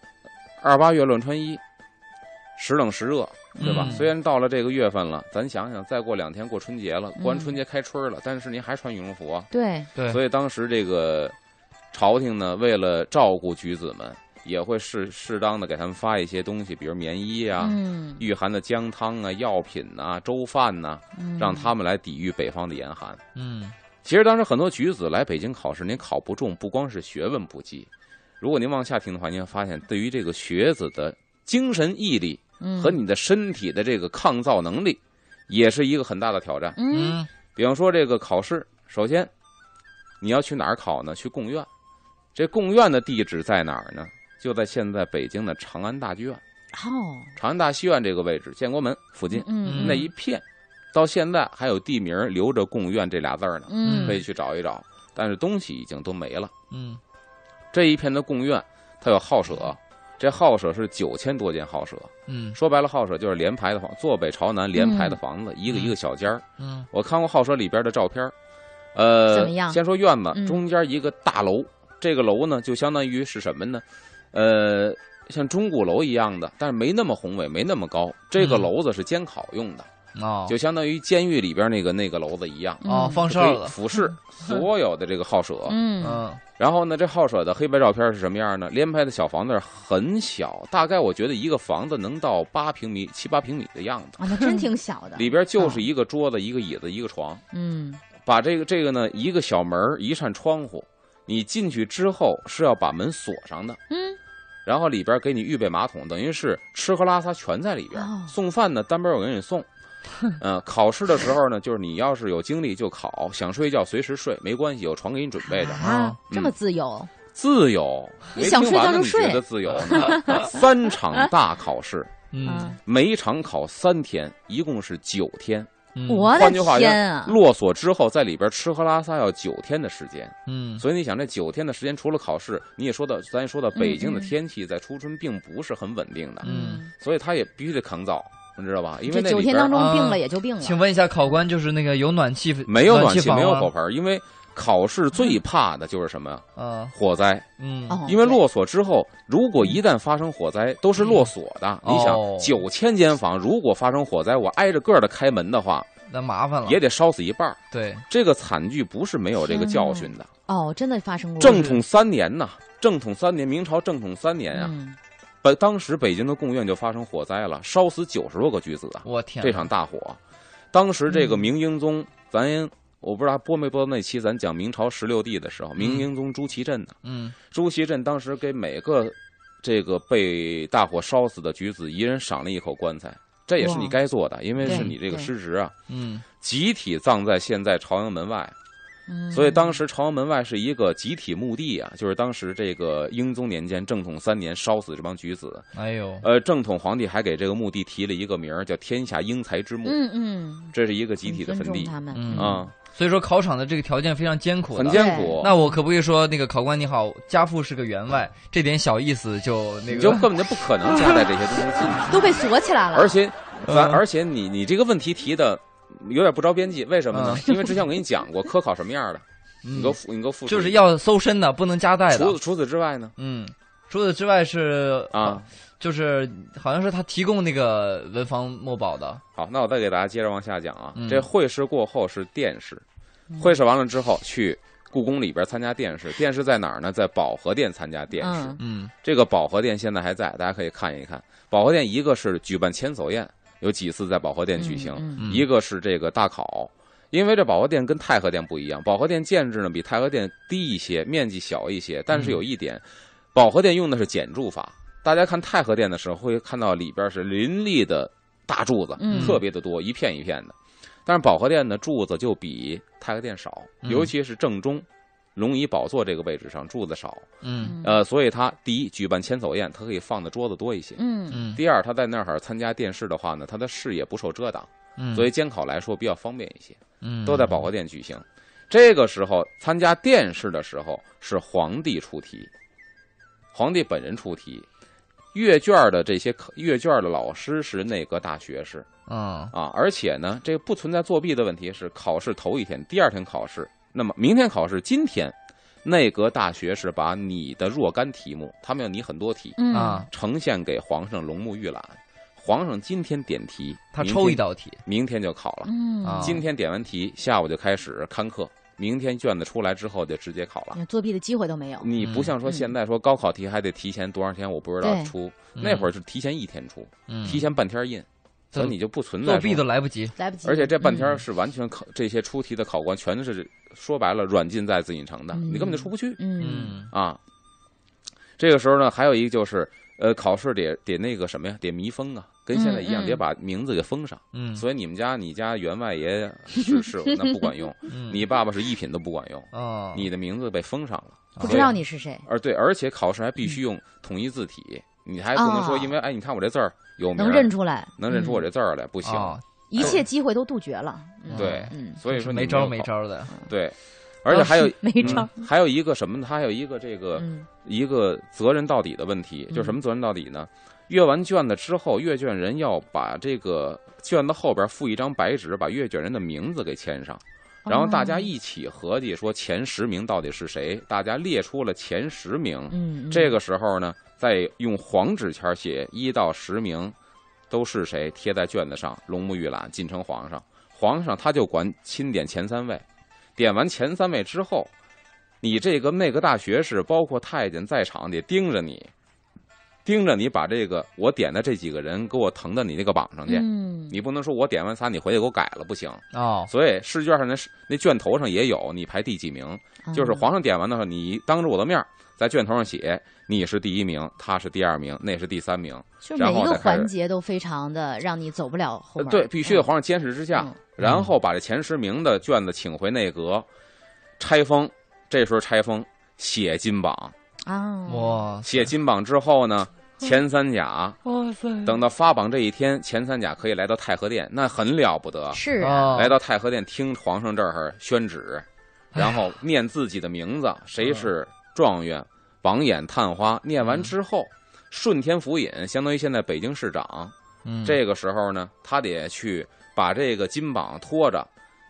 [SPEAKER 3] 二八月乱穿衣，时冷时热，对吧？
[SPEAKER 1] 嗯
[SPEAKER 3] 虽然到了这个月份了，咱想想，再过两天过春节了，过完
[SPEAKER 2] 嗯
[SPEAKER 3] 春节开春了，但是您还穿羽绒服啊，
[SPEAKER 2] 对，
[SPEAKER 1] 对，
[SPEAKER 3] 所以当时这个朝廷呢，为了照顾举子们，也会适适当的给他们发一些东西，比如棉衣啊。
[SPEAKER 2] 嗯，
[SPEAKER 3] 御寒的姜汤啊、药品呐、粥饭呐、
[SPEAKER 2] 嗯
[SPEAKER 3] 让他们来抵御北方的严寒。
[SPEAKER 1] 嗯
[SPEAKER 3] 其实当时很多举子来北京考试，您考不中，不光是学问不济，如果您往下听的话，您会发现对于这个学子的精神毅力
[SPEAKER 2] 嗯
[SPEAKER 3] 和你的身体的这个抗造能力，也是一个很大的挑战。
[SPEAKER 2] 嗯
[SPEAKER 1] 嗯
[SPEAKER 3] 比方说这个考试，首先你要去哪儿考呢？去贡院。这贡院的地址在哪儿呢？就在现在北京的长安大剧院、
[SPEAKER 2] 好
[SPEAKER 3] 长安大戏院这个位置，建国门附近
[SPEAKER 2] 嗯嗯
[SPEAKER 3] 那一片，到现在还有地名留着“贡院”这俩字儿呢。
[SPEAKER 2] 嗯
[SPEAKER 3] 可以去找一找，但是东西已经都没了。
[SPEAKER 1] 嗯
[SPEAKER 3] 这一片的贡院，它有号舍，这号舍是九千多间号舍。
[SPEAKER 1] 嗯
[SPEAKER 3] 说白了，号舍就是连排的房，坐北朝南连
[SPEAKER 2] 嗯
[SPEAKER 3] 排的房子，一个一个小间儿。
[SPEAKER 1] 嗯
[SPEAKER 3] 我看过号舍里边的照片儿，
[SPEAKER 2] 怎
[SPEAKER 3] 呃
[SPEAKER 2] 么样，
[SPEAKER 3] 先说院子，
[SPEAKER 2] 嗯
[SPEAKER 3] 中间一个大楼，这个楼呢就相当于是什么呢？呃，像钟鼓楼一样的，但是没那么宏伟，没那么高。这个
[SPEAKER 1] 嗯
[SPEAKER 3] 楼子是监考用的。
[SPEAKER 1] 哦
[SPEAKER 3] 就相当于监狱里边那个那个楼子一样，
[SPEAKER 1] 哦，放
[SPEAKER 3] 就
[SPEAKER 1] 哨嗯
[SPEAKER 3] 可以
[SPEAKER 1] 了，
[SPEAKER 3] 俯视所有的这个号舍。
[SPEAKER 2] 嗯
[SPEAKER 1] 嗯
[SPEAKER 3] 然后呢，这号舍的黑白照片是什么样呢？连拍的小房子很小，大概我觉得一个房子能到八平米、七八平米的样子，
[SPEAKER 2] 啊，那真挺小的，
[SPEAKER 3] 里边
[SPEAKER 1] 嗯
[SPEAKER 3] 就是一个桌子、一个椅子、一个床。
[SPEAKER 2] 嗯
[SPEAKER 3] 把这个这个呢，一个小门儿一扇窗户，你进去之后是要把门锁上的，
[SPEAKER 2] 嗯，
[SPEAKER 3] 然后里边给你预备马桶，等于是吃喝拉撒全在里边。
[SPEAKER 2] 哦
[SPEAKER 3] 送饭呢，单边有人给 你送。嗯、考试的时候呢，就是你要是有精力就考，想睡觉随时睡，没关系，有床给你准备着，
[SPEAKER 2] 啊
[SPEAKER 1] 嗯，
[SPEAKER 2] 这么自由，
[SPEAKER 3] 自由。
[SPEAKER 2] 你
[SPEAKER 3] 没
[SPEAKER 2] 想
[SPEAKER 3] 听
[SPEAKER 2] 睡觉
[SPEAKER 3] 完
[SPEAKER 2] 就
[SPEAKER 3] 了你
[SPEAKER 2] 睡
[SPEAKER 3] 觉得自由呢？ 三场大考试，
[SPEAKER 1] 嗯
[SPEAKER 2] 啊，
[SPEAKER 3] 每场考三天，一共是九天。
[SPEAKER 1] 嗯，
[SPEAKER 2] 我的
[SPEAKER 3] 换句话说
[SPEAKER 2] 天啊，
[SPEAKER 3] 落锁之后，在里边吃喝拉撒要九天的时间。
[SPEAKER 1] 嗯
[SPEAKER 3] 所以你想，这九天的时间，除了考试，你也说到，咱也说到，北京的天气在初春并不是很稳定的，
[SPEAKER 1] 嗯，
[SPEAKER 3] 所以他也必须得抗造，你知道吧？因
[SPEAKER 2] 嗯这
[SPEAKER 3] 为那
[SPEAKER 2] 九
[SPEAKER 3] 里
[SPEAKER 2] 天当
[SPEAKER 3] 边
[SPEAKER 2] 中病了
[SPEAKER 1] 啊
[SPEAKER 2] 也就病了，
[SPEAKER 1] 请问一下考官，就是那个有暖气
[SPEAKER 3] 没有
[SPEAKER 1] 暖
[SPEAKER 3] 气，
[SPEAKER 1] 房
[SPEAKER 3] 没有
[SPEAKER 1] 吗
[SPEAKER 3] 火盆儿，因为考试最怕的就是什么呀？
[SPEAKER 1] 啊
[SPEAKER 3] 火灾，
[SPEAKER 1] 嗯
[SPEAKER 2] 嗯哦，
[SPEAKER 3] 因为
[SPEAKER 2] 对
[SPEAKER 3] 落锁之后，如果一旦发生火灾，都是落锁的。
[SPEAKER 1] 嗯
[SPEAKER 3] 你想
[SPEAKER 1] 哦，
[SPEAKER 3] 九千间房，如果发生火灾，我挨着个儿的开门的话，
[SPEAKER 1] 那麻
[SPEAKER 2] 嗯
[SPEAKER 1] 烦了
[SPEAKER 3] 也得烧死一半儿。
[SPEAKER 1] 对
[SPEAKER 3] 这个惨剧不是没有这个
[SPEAKER 2] 天
[SPEAKER 3] 教
[SPEAKER 2] 哪
[SPEAKER 3] 训的。
[SPEAKER 2] 哦，真的发生过
[SPEAKER 3] 正
[SPEAKER 2] 是
[SPEAKER 3] 统三年呐，正统三年，明朝正统三年啊，
[SPEAKER 2] 嗯
[SPEAKER 3] 本当时北京的贡院就发生火灾了，烧死九十多个举子啊！
[SPEAKER 1] 我天
[SPEAKER 3] 这场大火，当时这
[SPEAKER 2] 嗯
[SPEAKER 3] 个明英宗，咱我不知道播没播到那期，咱讲明朝十六帝的时候，
[SPEAKER 2] 嗯
[SPEAKER 3] 明英宗朱祁镇呢、
[SPEAKER 1] 嗯
[SPEAKER 3] 朱祁镇当时给每个这个被大火烧死的举子一人赏了一口棺材，这也是你
[SPEAKER 2] 哇
[SPEAKER 3] 该做的，因为是
[SPEAKER 2] 对
[SPEAKER 3] 你这个
[SPEAKER 2] 对
[SPEAKER 3] 失职啊，
[SPEAKER 1] 嗯
[SPEAKER 3] 集体葬在现在朝阳门外。
[SPEAKER 2] 嗯，
[SPEAKER 3] 所以当时朝阳门外是一个集体墓地啊，就是当时这个英宗年间正统三年烧死这帮举子。
[SPEAKER 1] 哎呦
[SPEAKER 3] 呃，正统皇帝还给这个墓地提了一个名儿，叫“天下英才之墓”，
[SPEAKER 2] 嗯嗯，
[SPEAKER 3] 这是一个集
[SPEAKER 2] 很
[SPEAKER 3] 体的
[SPEAKER 2] 尊
[SPEAKER 3] 坟
[SPEAKER 2] 重
[SPEAKER 3] 地
[SPEAKER 2] 他们
[SPEAKER 1] 嗯
[SPEAKER 3] 啊、
[SPEAKER 1] 所以说考场的这个条件非常艰苦的
[SPEAKER 3] 很艰
[SPEAKER 1] 嗯
[SPEAKER 3] 苦。
[SPEAKER 1] 那我可不可以说那个考官你好，家父是个员外，这点小意思就那
[SPEAKER 3] 你
[SPEAKER 1] 个
[SPEAKER 3] 就根本就不可能加在这些东西进去，
[SPEAKER 2] 都被锁起来了，
[SPEAKER 3] 而且，
[SPEAKER 1] 嗯
[SPEAKER 3] 咱而且你你这个问题提的有点不着边际，为什么呢？因为之前我跟你讲过科考什么样的，你给我
[SPEAKER 1] 嗯
[SPEAKER 3] 复你给我复述
[SPEAKER 1] 就是
[SPEAKER 3] 一下
[SPEAKER 1] 要搜身的，不能夹带的
[SPEAKER 3] 除。除此之外呢
[SPEAKER 1] 嗯，除此之外是
[SPEAKER 3] 啊，
[SPEAKER 1] 就是好像是他提供那个文房墨宝的，
[SPEAKER 3] 好，那我再给大家接着往下讲啊。
[SPEAKER 1] 嗯
[SPEAKER 3] 这会试过后是殿试，
[SPEAKER 2] 嗯
[SPEAKER 3] 会试完了之后去故宫里边参加殿试。殿试在哪儿呢？在保和殿参加殿试。
[SPEAKER 2] 嗯
[SPEAKER 1] 嗯
[SPEAKER 3] 这个保和殿现在还在，大家可以看一看。保和殿一个是举办千叟宴，有几次在保和殿举行；
[SPEAKER 2] 嗯嗯
[SPEAKER 1] 嗯
[SPEAKER 3] 一个是这个大考。因为这保和殿跟太和殿不一样，保和殿建制呢比太和殿低一些，面积小一些。但是有一点，保和殿用的是简柱法。大家看太和殿的时候，会看到里边是林立的大柱子，
[SPEAKER 2] 嗯
[SPEAKER 3] 特别的多，一片一片的。但是保和殿的柱子就比太和殿少，
[SPEAKER 1] 嗯
[SPEAKER 3] 尤其是正中龙椅宝座这个位置上柱子少，
[SPEAKER 1] 嗯
[SPEAKER 2] 嗯
[SPEAKER 3] 呃，所以它第一举办千叟宴，它可以放的桌子多一些；
[SPEAKER 2] 嗯
[SPEAKER 1] 嗯
[SPEAKER 3] 第二，他在那儿参加殿试的话呢，他的视野不受遮挡，
[SPEAKER 1] 嗯，
[SPEAKER 3] 所
[SPEAKER 1] 以
[SPEAKER 3] 以监考来说比较方便一些。
[SPEAKER 1] 嗯
[SPEAKER 3] 都在保和殿举行。这个时候参加殿试的时候是皇帝出题，皇帝本人出题。阅卷儿的这些考阅卷儿的老师是内阁大学士
[SPEAKER 1] 嗯
[SPEAKER 3] 啊，而且呢，这不存在作弊的问题，是考试头一天、第二天考试，那么明天考试，今天内阁大学士把你的若干题目，他们要你很多题，
[SPEAKER 2] 嗯
[SPEAKER 1] 啊，
[SPEAKER 3] 呈现给皇上龙目预览。皇上今天点题，
[SPEAKER 1] 他
[SPEAKER 3] 明
[SPEAKER 1] 抽一
[SPEAKER 3] 天，
[SPEAKER 1] 道题，
[SPEAKER 3] 明天就考了。
[SPEAKER 2] 嗯
[SPEAKER 1] 啊
[SPEAKER 3] 今天点完题，下午就开始看课，明天卷子出来之后就直接考了。
[SPEAKER 2] 嗯作弊的机会都没有，
[SPEAKER 3] 你
[SPEAKER 1] 嗯
[SPEAKER 3] 不像说现在说高考题还得提前多长时间，我不知道
[SPEAKER 2] 对
[SPEAKER 3] 出，
[SPEAKER 1] 嗯
[SPEAKER 3] 那会儿是提前一天出，
[SPEAKER 1] 嗯
[SPEAKER 3] 提前半天印，所以你就不存在
[SPEAKER 1] 作弊
[SPEAKER 3] 说
[SPEAKER 1] 都来不及，
[SPEAKER 2] 来不及，
[SPEAKER 3] 而且这半天儿
[SPEAKER 2] 嗯
[SPEAKER 3] 是完全考这些出题的考官全是说白了软禁在自己城的，
[SPEAKER 2] 嗯
[SPEAKER 3] 你根本就出不去
[SPEAKER 2] 嗯
[SPEAKER 1] 嗯
[SPEAKER 3] 啊。这个时候呢，还有一个就是，呃，考试得得那个什么呀，得密封啊，跟现在一样，
[SPEAKER 2] 嗯嗯
[SPEAKER 3] 得把名字给封上。
[SPEAKER 1] 嗯，
[SPEAKER 3] 所以你们家你家员外爷是是 那不管用，
[SPEAKER 2] 嗯
[SPEAKER 1] 以
[SPEAKER 3] 你爸爸是一品都不管用，
[SPEAKER 1] 哦，
[SPEAKER 3] 你的名字被封上了，
[SPEAKER 2] 哦不知道你是谁，
[SPEAKER 3] 而对，而且考试还必须用统一字体，你还不能说
[SPEAKER 2] 哦
[SPEAKER 3] 因为哎，你看我这字儿有名儿，
[SPEAKER 2] 能认出来，
[SPEAKER 3] 能认出我
[SPEAKER 2] 嗯
[SPEAKER 3] 这字儿来，不行。
[SPEAKER 1] 哦
[SPEAKER 2] 一切机会都杜绝了，嗯
[SPEAKER 3] 对
[SPEAKER 2] 嗯
[SPEAKER 3] 所以
[SPEAKER 1] 是
[SPEAKER 3] 说你
[SPEAKER 1] 没
[SPEAKER 3] 有
[SPEAKER 1] 招
[SPEAKER 3] 考
[SPEAKER 1] 没。招的，
[SPEAKER 3] 对，而且还有
[SPEAKER 2] 哦没
[SPEAKER 3] 嗯
[SPEAKER 2] 招，
[SPEAKER 3] 还有一个什么呢？还有一个这个
[SPEAKER 2] 嗯
[SPEAKER 3] 一个责任到底的问题，就是什么责任到底呢？阅完卷子之后，阅卷人要把这个卷子后边附一张白纸，把阅卷人的名字给签上。
[SPEAKER 2] 哦
[SPEAKER 3] 然后大家一起合计说前十名到底是谁，大家列出了前十名。
[SPEAKER 2] 嗯嗯
[SPEAKER 3] 这个时候呢，再用黄纸签写一到十名，都是谁贴在卷子上，龙目玉览进呈皇上。皇上他就管钦点前三位，点完前三位之后，你这个内阁大学士，包括太监在场得盯着你，盯着你把这个我点的这几个人给我腾到你那个榜上去。
[SPEAKER 2] 嗯，
[SPEAKER 3] 你不能说我点完仨，你回去给我改了，不行。
[SPEAKER 1] 哦，
[SPEAKER 3] 所以试卷上那是那卷头上也有你排第几名，就是
[SPEAKER 2] 啊
[SPEAKER 3] 皇上点完的时候，你当着我的面儿在卷头上写你是第一名，他是第二名，那是第三名。
[SPEAKER 2] 就
[SPEAKER 3] 然
[SPEAKER 2] 每一
[SPEAKER 3] 后
[SPEAKER 2] 个
[SPEAKER 3] 再开始
[SPEAKER 2] 环节都非常的让你走不了后
[SPEAKER 3] 呃
[SPEAKER 2] 门儿。
[SPEAKER 3] 对，必须得
[SPEAKER 2] 嗯
[SPEAKER 3] 皇上监视之下
[SPEAKER 2] 嗯，
[SPEAKER 3] 然后把这前十名的卷子请回内阁，拆封。这时候拆封，写金榜，
[SPEAKER 2] 啊，
[SPEAKER 1] 哇
[SPEAKER 3] 写金榜之后呢，
[SPEAKER 2] 嗯
[SPEAKER 3] 前三甲
[SPEAKER 1] 哇塞，
[SPEAKER 3] 等到发榜这一天，前三甲可以来到太和殿，那很了不得。
[SPEAKER 2] 是啊，
[SPEAKER 1] 哦
[SPEAKER 3] 来到太和殿听皇上这儿宣旨，
[SPEAKER 2] 哎
[SPEAKER 3] 然后念自己的名字，谁
[SPEAKER 2] 嗯
[SPEAKER 3] 是状元、榜眼、探花。念完之后，顺天府尹相当于现在北京市长。
[SPEAKER 1] 嗯
[SPEAKER 3] 这个时候呢，他得去把这个金榜拖着，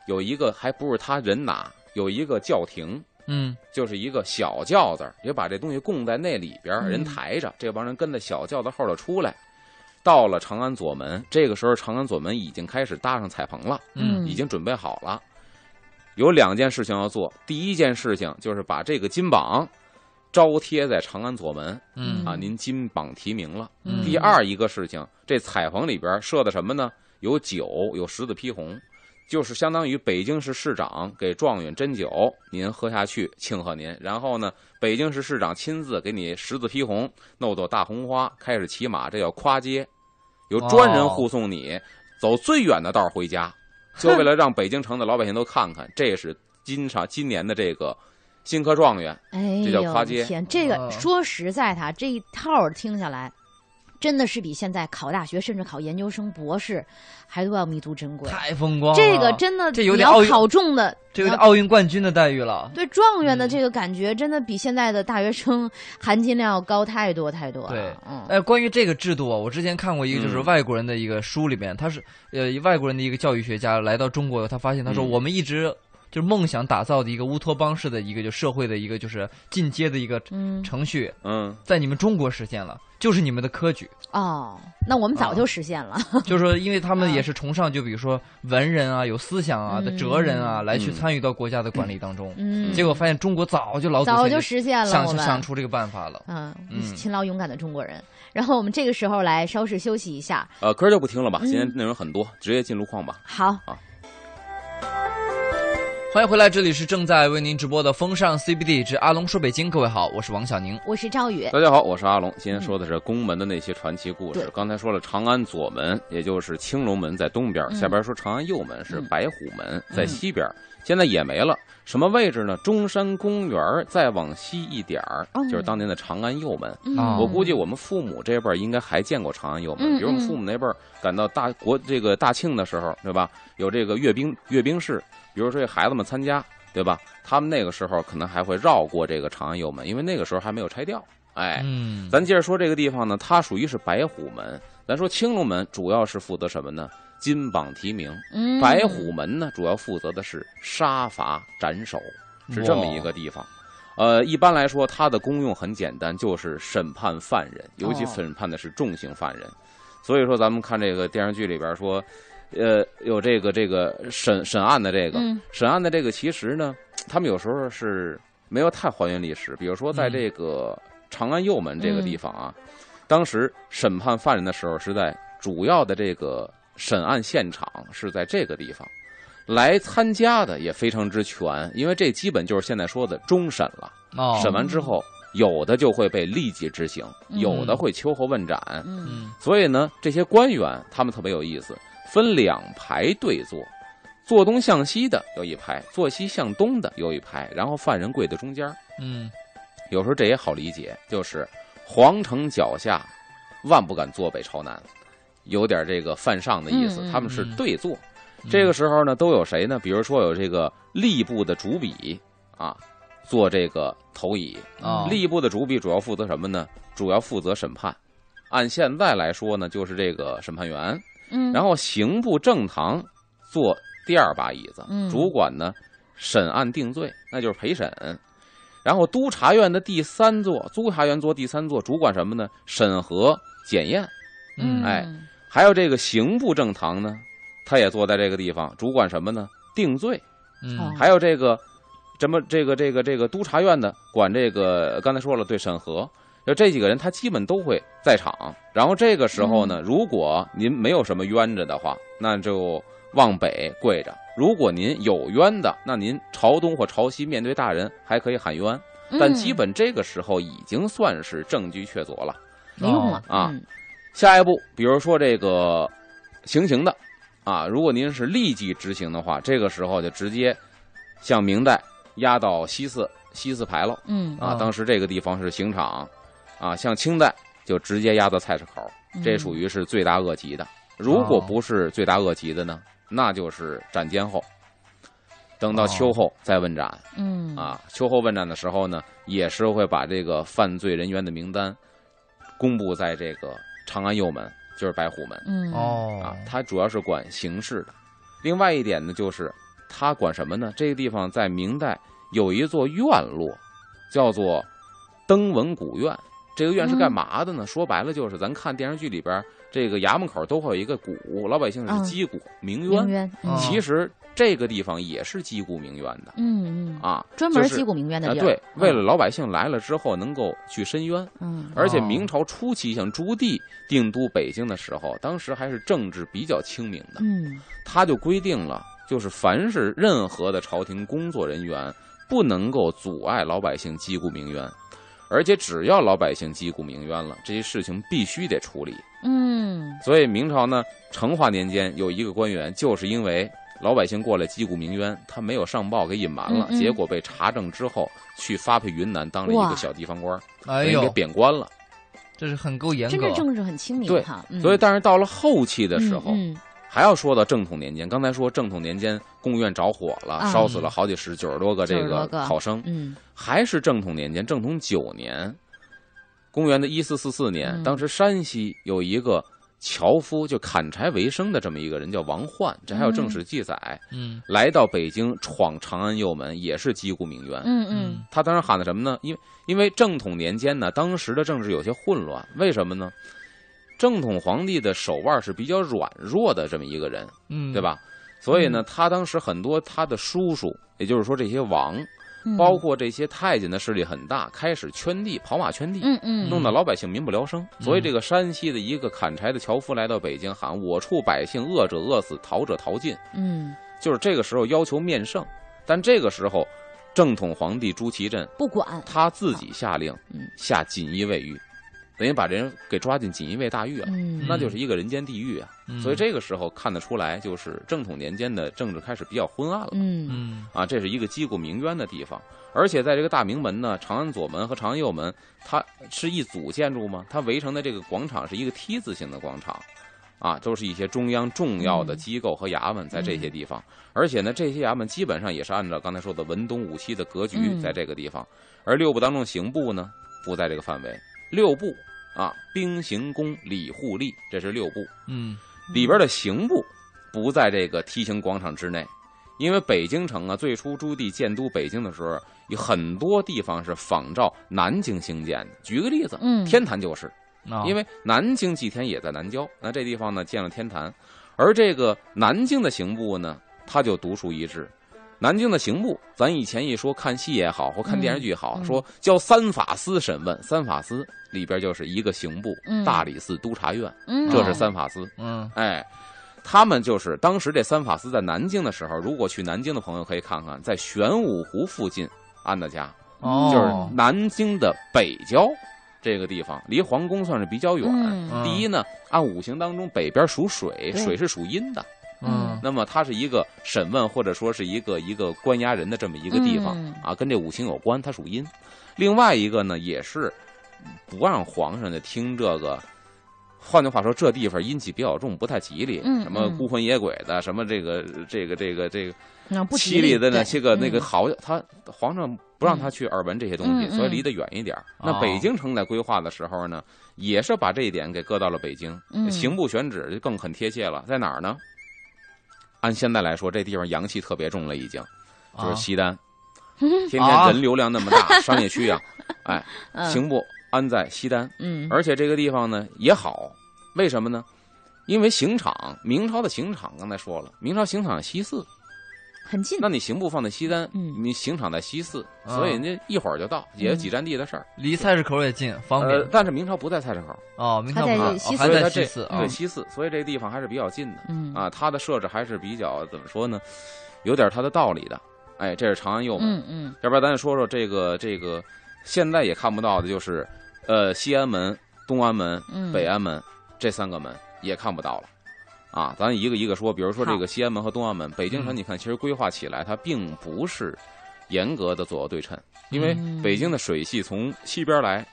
[SPEAKER 3] 有一个还不是他人拿，有一个教廷。
[SPEAKER 1] 嗯
[SPEAKER 3] 就是一个小轿子，也把这东西供在那里边儿，
[SPEAKER 2] 嗯
[SPEAKER 3] 人抬着，这帮人跟着小轿子后头出来，到了长安左门。这个时候，长安左门已经开始搭上彩棚了。
[SPEAKER 1] 嗯
[SPEAKER 3] 已经准备好了。有两件事情要做，第一件事情就是把这个金榜招贴在长安左门
[SPEAKER 1] 嗯
[SPEAKER 3] 啊，
[SPEAKER 2] 嗯
[SPEAKER 3] 您金榜题名了。
[SPEAKER 2] 嗯
[SPEAKER 3] 第二一个事情，这彩棚里边设的什么呢？有酒，有十字披红，就是相当于北京市市长给状元斟酒，您喝下去庆贺您。然后呢，北京市市长亲自给你十字披红，弄朵大红花，开始骑马，这叫夸街，有专人护送你、走最远的道儿回家，就为了让北京城的老百姓都看看，这是今上今年的这个新科状元。
[SPEAKER 2] 哎
[SPEAKER 3] 这
[SPEAKER 2] 呦
[SPEAKER 3] 叫夸街
[SPEAKER 2] 天，这个
[SPEAKER 1] 哦
[SPEAKER 2] 说实在的啊，这一套儿听下来，真的是比现在考大学甚至考研究生、博士还都要弥足珍贵。
[SPEAKER 1] 太风光了，
[SPEAKER 2] 嗯这个真的，
[SPEAKER 1] 这有
[SPEAKER 2] 你
[SPEAKER 1] 点
[SPEAKER 2] 要
[SPEAKER 1] 奥运
[SPEAKER 2] 考中的，
[SPEAKER 1] 这有点奥运冠军的待遇了。
[SPEAKER 2] 对状
[SPEAKER 1] 嗯
[SPEAKER 2] 元的这个感觉，真的比现在的大学生 含金量要高太多太多了。
[SPEAKER 1] 对
[SPEAKER 2] 嗯，
[SPEAKER 1] 哎，关于这个制度啊，我之前看过一个，就是
[SPEAKER 3] 嗯
[SPEAKER 1] 外国人的一个书里面，他是呃外国人的一个教育学家来到中国以后，他发现他说
[SPEAKER 3] 嗯
[SPEAKER 1] 我们一直就是梦想打造的一个乌托邦式的一个就社会的一个就是进阶的一个
[SPEAKER 2] 嗯，
[SPEAKER 1] 程序，
[SPEAKER 3] 嗯，
[SPEAKER 1] 在你们中国实现了，就是你们的科 举，
[SPEAKER 2] 哦，那我们早
[SPEAKER 1] 啊
[SPEAKER 2] 就实现了。
[SPEAKER 1] 就是说因为他们也是崇尚就比如说文人啊、有思想啊的
[SPEAKER 2] 嗯
[SPEAKER 1] 哲人啊来去
[SPEAKER 3] 嗯
[SPEAKER 1] 参与到国家的管理当中，
[SPEAKER 2] 嗯，
[SPEAKER 1] 结果发现中国早就老祖
[SPEAKER 2] 早
[SPEAKER 1] 先
[SPEAKER 2] 就
[SPEAKER 1] 就
[SPEAKER 2] 实现了，
[SPEAKER 1] 想
[SPEAKER 2] 我们
[SPEAKER 1] 想出这个办法了。
[SPEAKER 2] 嗯
[SPEAKER 1] 嗯，
[SPEAKER 2] 勤劳勇敢的中国人。然后我们这个时候来稍事休息一下，
[SPEAKER 3] 呃，歌就不听了吧，
[SPEAKER 2] 嗯
[SPEAKER 3] 今天内容很多，直接进路况吧。
[SPEAKER 2] 好，
[SPEAKER 1] 欢迎回来，这里是正在为您直播的风尚 CBD 之阿龙说北京，各位好，我是王小宁。
[SPEAKER 2] 我是赵宇，
[SPEAKER 3] 大家好，我是阿龙。今天说的是宫门的那些传奇故事。
[SPEAKER 2] 对
[SPEAKER 3] 刚才说了长安左门，也就是青龙门在东边，
[SPEAKER 2] 嗯
[SPEAKER 3] 下边说长安右门是白虎门，在西边。现在也没了，什么位置呢？中山公园再往西一点儿
[SPEAKER 2] 哦，
[SPEAKER 3] 就是当年的长安右门。
[SPEAKER 2] 嗯
[SPEAKER 1] 啊
[SPEAKER 3] 我估计我们父母这辈儿应该还见过长安右门，
[SPEAKER 2] 嗯
[SPEAKER 3] 比如我们父母那辈儿赶到大国这个大庆的时候，对吧？有这个阅兵阅兵式，比如说这孩子们参加，对吧？他们那个时候可能还会绕过这个长安右门，因为那个时候还没有拆掉。哎，
[SPEAKER 1] 嗯，
[SPEAKER 3] 咱接着说这个地方呢，它属于是白虎门。咱说青龙门主要是负责什么呢？金榜题名。
[SPEAKER 2] 嗯
[SPEAKER 3] 白虎门呢，主要负责的是杀伐斩首，是这么一个地方。呃，一般来说，它的功用很简单，就是审判犯人，尤其
[SPEAKER 2] 哦
[SPEAKER 3] 审判的是重刑犯人。所以说，咱们看这个电视剧里边说，呃，有这个这个审审案的这个、
[SPEAKER 2] 嗯
[SPEAKER 3] 审案的这个，其实呢，他们有时候是没有太还原历史。比如说，
[SPEAKER 2] 嗯
[SPEAKER 3] 在这个长安右门这个地方啊，当时审判犯人的时候是在主要的这个审案现场是在这个地方，来参加的也非常之全，因为这基本就是现在说的终审了。
[SPEAKER 1] 哦，
[SPEAKER 3] 审完之后，有的就会被立即执行，
[SPEAKER 2] 嗯
[SPEAKER 3] 有的会秋后问斩。
[SPEAKER 2] 嗯
[SPEAKER 1] 嗯
[SPEAKER 3] 所以呢，这些官员他们特别有意思，分两排对坐，坐东向西的有一排，坐西向东的有一排，然后犯人跪在中间儿。
[SPEAKER 1] 嗯，
[SPEAKER 3] 有时候这也好理解，就是皇城脚下，万不敢坐北朝南，有点这个犯上的意思。
[SPEAKER 2] 嗯嗯
[SPEAKER 3] 他们是
[SPEAKER 1] 嗯
[SPEAKER 3] 对坐，
[SPEAKER 1] 嗯
[SPEAKER 3] 这个时候呢，都有谁呢？比如说有这个吏部的主笔啊，做这个头椅。
[SPEAKER 1] 哦
[SPEAKER 3] 吏部的主笔主要负责什么呢？主要负责审判。按现在来说呢，就是这个审判员。
[SPEAKER 2] 嗯，
[SPEAKER 3] 然后刑部正堂坐第二把椅子，
[SPEAKER 2] 嗯
[SPEAKER 3] 主管呢审案定罪，那就是陪审。然后督察院的第三座，督察院坐第三座，主管什么呢？审核检验。
[SPEAKER 1] 嗯
[SPEAKER 3] 哎，还有这个刑部正堂呢，他也坐在这个地方，主管什么呢？定罪。
[SPEAKER 1] 嗯
[SPEAKER 2] 哦
[SPEAKER 3] 还有这个，什么这个这个这个督察院的管这个，刚才说了对审核，就这几个人他基本都会在场。然后这个时候呢，如果您没有什么冤着的话，那就往北跪着；如果您有冤的，那您朝东或朝西面对大人还可以喊冤。
[SPEAKER 2] 嗯
[SPEAKER 3] 但基本这个时候已经算是证据确凿了。
[SPEAKER 2] 没用了
[SPEAKER 3] 啊
[SPEAKER 2] 嗯
[SPEAKER 3] 下一步，比如说这个行刑的，啊，如果您是立即执行的话，这个时候就直接向明代押到西四西四牌楼
[SPEAKER 2] 嗯
[SPEAKER 3] 啊，
[SPEAKER 1] 哦
[SPEAKER 3] 当时这个地方是刑场，啊，像清代就直接押到菜市口，
[SPEAKER 2] 嗯
[SPEAKER 3] 这属于是罪大恶极的。如果不是罪大恶极的呢，那就是斩监后，等到
[SPEAKER 1] 哦
[SPEAKER 3] 秋后再问斩。
[SPEAKER 2] 嗯
[SPEAKER 3] 啊，秋后问斩的时候呢，也是会把这个犯罪人员的名单公布在这个长安右门，就是白虎门
[SPEAKER 2] 嗯
[SPEAKER 1] 哦
[SPEAKER 3] 啊。它主要是管刑事的。另外一点呢，就是它管什么呢？这个地方在明代有一座院落，叫做登闻古院。这个院是干嘛的呢？说白了就是咱看电视剧里边儿，这个衙门口都会有一个鼓，老百姓
[SPEAKER 2] 嗯
[SPEAKER 3] 是击鼓鸣
[SPEAKER 2] 名
[SPEAKER 3] 冤。
[SPEAKER 2] 冤，
[SPEAKER 1] 哦
[SPEAKER 3] 其实这个地方也是击鼓鸣冤的
[SPEAKER 2] 嗯嗯，
[SPEAKER 3] 啊，
[SPEAKER 2] 专门
[SPEAKER 3] 就是
[SPEAKER 2] 击鼓鸣冤的
[SPEAKER 3] 啊，
[SPEAKER 2] 地儿，
[SPEAKER 3] 对，为
[SPEAKER 2] 嗯
[SPEAKER 3] 了老百姓来了之后能够去申冤，
[SPEAKER 2] 嗯
[SPEAKER 3] 而且
[SPEAKER 1] 哦
[SPEAKER 3] 明朝初期，像朱棣定都北京的时候，当时还是政治比较清明的，
[SPEAKER 2] 嗯
[SPEAKER 3] 他就规定了，就是凡是任何的朝廷工作人员不能够阻碍老百姓击鼓鸣冤，而且只要老百姓击鼓鸣冤了，这些事情必须得处理。
[SPEAKER 2] 嗯
[SPEAKER 3] 所以明朝呢，成化年间有一个官员，就是因为老百姓过来击鼓鸣冤，他没有上报给隐瞒了，
[SPEAKER 2] 嗯嗯
[SPEAKER 3] 结果被查证之后，去发配云南当了一
[SPEAKER 2] 哇
[SPEAKER 3] 个小地方官，
[SPEAKER 1] 哎
[SPEAKER 3] 人给
[SPEAKER 1] 呦，
[SPEAKER 3] 贬官了。
[SPEAKER 1] 这是很够严
[SPEAKER 2] 真
[SPEAKER 1] 格
[SPEAKER 2] 正。政治很清明
[SPEAKER 3] 对
[SPEAKER 2] 哈，
[SPEAKER 3] 所以，
[SPEAKER 2] 以
[SPEAKER 3] 但是到了后期的时候，
[SPEAKER 2] 嗯
[SPEAKER 3] 还要说到正统年间。刚才说正统年间，贡院着火了，
[SPEAKER 2] 啊
[SPEAKER 3] 烧死了好几十九十多个这
[SPEAKER 2] 90多个
[SPEAKER 3] 考生，
[SPEAKER 2] 嗯
[SPEAKER 3] 还是正统年间，正统九年，公元的一四四四年，
[SPEAKER 2] 嗯
[SPEAKER 3] 当时山西有一个樵夫，就砍柴为生的这么一个人，叫王焕，这还有正史记载，
[SPEAKER 1] 嗯
[SPEAKER 3] 来到北京闯长安右门，也是击鼓鸣冤。
[SPEAKER 2] 嗯嗯
[SPEAKER 3] 他当时喊的什么呢？因为因为正统年间呢，当时的政治有些混乱，为什么呢？正统皇帝的手腕是比较软弱的这么一个人，
[SPEAKER 1] 嗯，
[SPEAKER 3] 对？吧？所以呢，
[SPEAKER 2] 嗯
[SPEAKER 3] 他当时很多他的叔叔，也就是说这些王，
[SPEAKER 2] 嗯，
[SPEAKER 3] 包括这些太监的势力很大，开始圈地跑马圈地，
[SPEAKER 2] 嗯嗯
[SPEAKER 3] 弄得老百姓民不聊生。所以
[SPEAKER 1] 嗯
[SPEAKER 3] 这个山西的一个砍柴的樵夫来到北京，喊“我处百姓，饿者饿死，逃者逃尽
[SPEAKER 2] 嗯”，
[SPEAKER 3] 就是这个时候要求面圣。但这个时候，正统皇帝朱祁镇
[SPEAKER 2] 不管
[SPEAKER 3] 他自己下令
[SPEAKER 2] 嗯
[SPEAKER 3] 下锦衣卫狱，等于把人给抓进锦衣卫大狱了。
[SPEAKER 2] 嗯
[SPEAKER 3] 那就是一个人间地狱啊！
[SPEAKER 1] 嗯
[SPEAKER 3] 所以这个时候看得出来，就是正统年间的政治开始比较昏暗了。
[SPEAKER 2] 嗯
[SPEAKER 1] 嗯
[SPEAKER 3] 啊，这是一个击鼓鸣冤的地方。而且在这个大明门呢，长安左门和长安右门，它是一组建筑吗？它围成的这个广场是一个 T 字形的广场，啊，都是一些中央重要的
[SPEAKER 2] 嗯
[SPEAKER 3] 机构和衙门在这些地方。而且呢，这些衙门基本上也是按照刚才说的文东武西的格局
[SPEAKER 2] 嗯
[SPEAKER 3] 在这个地方。而六部当中，刑部呢不在这个范围，六部啊，兵刑工礼户吏，这是六部。
[SPEAKER 1] 嗯
[SPEAKER 3] 里边的刑部不在这个梯形广场之内，因为北京城啊，最初朱棣建都北京的时候，有很多地方是仿照南京兴建的。举个例子，
[SPEAKER 2] 嗯
[SPEAKER 3] 天坛就是，
[SPEAKER 1] 啊，
[SPEAKER 3] 因为南京祭天也在南郊，那这地方呢建了天坛，而这个南京的刑部呢，它就独树一帜。南京的刑部，咱以前一说看戏也好，或看电视剧也好，
[SPEAKER 2] 嗯嗯
[SPEAKER 3] 说叫三法司审问，三法司里边就是一个刑部、
[SPEAKER 2] 嗯
[SPEAKER 3] 大理寺、督察院，
[SPEAKER 2] 嗯
[SPEAKER 3] 这是三法司。
[SPEAKER 1] 嗯
[SPEAKER 3] 哎，他们就是当时这三法司在南京的时候，如果去南京的朋友可以看看，在玄武湖附近安的家，
[SPEAKER 1] 哦，
[SPEAKER 3] 嗯就是南京的北郊这个地方，离皇宫算是比较远。
[SPEAKER 2] 嗯
[SPEAKER 1] 嗯
[SPEAKER 3] 第一呢，按五行当中北边属水，
[SPEAKER 2] 对
[SPEAKER 3] 水是属阴的，
[SPEAKER 1] 嗯
[SPEAKER 3] 那么它是一个审问或者说是一个一个关押人的这么一个地方、
[SPEAKER 2] 嗯
[SPEAKER 3] 啊，跟这五行有关，它属阴。另外一个呢，也是不让皇上的听这个。换句话说，这地方阴气比较重，不太吉利。
[SPEAKER 2] 嗯
[SPEAKER 3] 什么
[SPEAKER 2] 嗯
[SPEAKER 3] 孤魂野鬼的，什么这个这个这个这个
[SPEAKER 2] 那不吉
[SPEAKER 3] 凄厉的
[SPEAKER 2] 嗯对
[SPEAKER 3] 呢，这个那个
[SPEAKER 2] 嗯
[SPEAKER 3] 好，他皇上不让他去耳闻这些东西，
[SPEAKER 2] 嗯
[SPEAKER 3] 所以离得远一点儿。
[SPEAKER 1] 嗯
[SPEAKER 3] 那北京城在规划的时候呢，也是把这一点给搁到了北京。
[SPEAKER 2] 嗯
[SPEAKER 3] 刑部选址就更很贴切了，在哪儿呢？按现在来说，这地方阳气特别重了，已经
[SPEAKER 1] 哦
[SPEAKER 3] 就是西单，天天
[SPEAKER 1] 啊
[SPEAKER 3] 人流量那么大，商业区啊，哎，
[SPEAKER 2] 嗯
[SPEAKER 3] 刑部安在西单，
[SPEAKER 2] 嗯
[SPEAKER 3] 而且这个地方呢也好，为什么呢？因为刑场，明朝的刑场刚才说了，明朝刑场西四，
[SPEAKER 2] 很近
[SPEAKER 3] 那。你刑部放在西单，
[SPEAKER 2] 嗯
[SPEAKER 3] 你刑场在西四，
[SPEAKER 1] 啊
[SPEAKER 3] 所以人家一会儿就到，也就几站地的事儿。
[SPEAKER 1] 离菜市口也近，方便
[SPEAKER 3] 呃，但是明朝不在菜市口，
[SPEAKER 1] 哦。明天
[SPEAKER 2] 他在
[SPEAKER 1] 不是
[SPEAKER 2] 西
[SPEAKER 1] 哦还
[SPEAKER 2] 四
[SPEAKER 3] 所以它
[SPEAKER 1] 在
[SPEAKER 3] 这
[SPEAKER 1] 西四啊
[SPEAKER 3] 对，西四，所以这地方还是比较近的。
[SPEAKER 2] 嗯
[SPEAKER 3] 啊，它的设置还是比较怎么说呢，有点它的道理的。哎，这是长安右门。
[SPEAKER 2] 嗯嗯，
[SPEAKER 3] 要不然咱说说这个这个，现在也看不到的就是，呃，西安门、东安门、
[SPEAKER 2] 嗯
[SPEAKER 3] 北安啊门、这三个门也看不到了。啊，咱一个一个说，比如说这个西安门和东安门，北京城
[SPEAKER 1] 嗯
[SPEAKER 3] 你看，其实规划起来它并不是严格的左右对称，因为
[SPEAKER 2] 嗯
[SPEAKER 3] 北京的水系从西边来，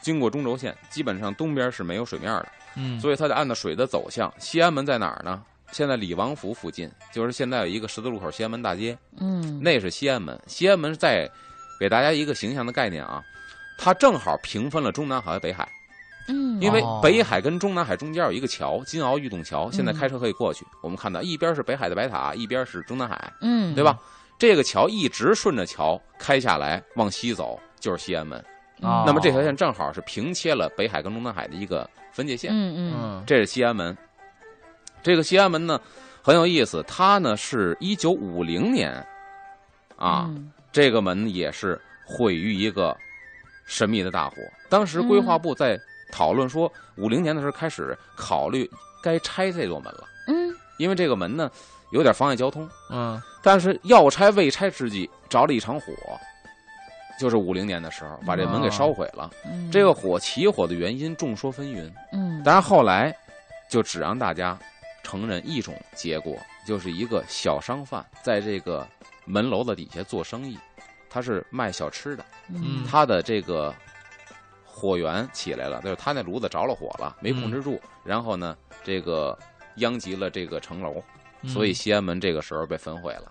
[SPEAKER 3] 经过中轴线，基本上东边是没有水面的。
[SPEAKER 1] 嗯，
[SPEAKER 3] 所以它得按照水的走向。西安门在哪儿呢？现在李王府附近，就是现在有一个十字路口西安门大街，
[SPEAKER 2] 嗯
[SPEAKER 3] 那是西安门。西安门是在给大家一个形象的概念啊，它正好平分了中南海和北海，
[SPEAKER 2] 嗯，
[SPEAKER 3] 因为
[SPEAKER 1] 哦
[SPEAKER 3] 北海跟中南海中间有一个桥——金鳌玉洞桥，现在开车可以过去。我们看到一边是北海的白塔，一边是中南海，
[SPEAKER 2] 嗯
[SPEAKER 3] 对吧？这个桥一直顺着桥开下来，往西走就是西安门。
[SPEAKER 1] 哦
[SPEAKER 2] 嗯
[SPEAKER 3] 那么这条线正好是平切了北海跟中南海的一个分界线。
[SPEAKER 2] 嗯嗯
[SPEAKER 1] 嗯
[SPEAKER 3] 这是西安门。这个西安门呢很有意思，它呢是一九五零年啊，
[SPEAKER 2] 嗯
[SPEAKER 3] 这个门也是毁于一个神秘的大火。当时规划部在讨论说，五零年的时候开始考虑该拆这座门了，
[SPEAKER 2] 嗯
[SPEAKER 3] 因为这个门呢有点妨碍交通。
[SPEAKER 1] 嗯
[SPEAKER 3] 但是要拆未拆之际，着了一场火，就是五零年的时候把这门给
[SPEAKER 1] 哦
[SPEAKER 3] 烧毁了。
[SPEAKER 2] 嗯，
[SPEAKER 3] 这个火起火的原因众说纷纭。
[SPEAKER 2] 嗯
[SPEAKER 3] 但是后来就只让大家承认一种结果，就是一个小商贩在这个门楼子底下做生意，他是卖小吃的，
[SPEAKER 2] 嗯
[SPEAKER 3] 他的这个火源起来了，就是他那炉子着了火了，没控制住，
[SPEAKER 2] 嗯
[SPEAKER 3] 然后呢，这个殃及了这个城楼，
[SPEAKER 1] 嗯，
[SPEAKER 3] 所以西安门这个时候被焚毁
[SPEAKER 2] 嗯
[SPEAKER 3] 了。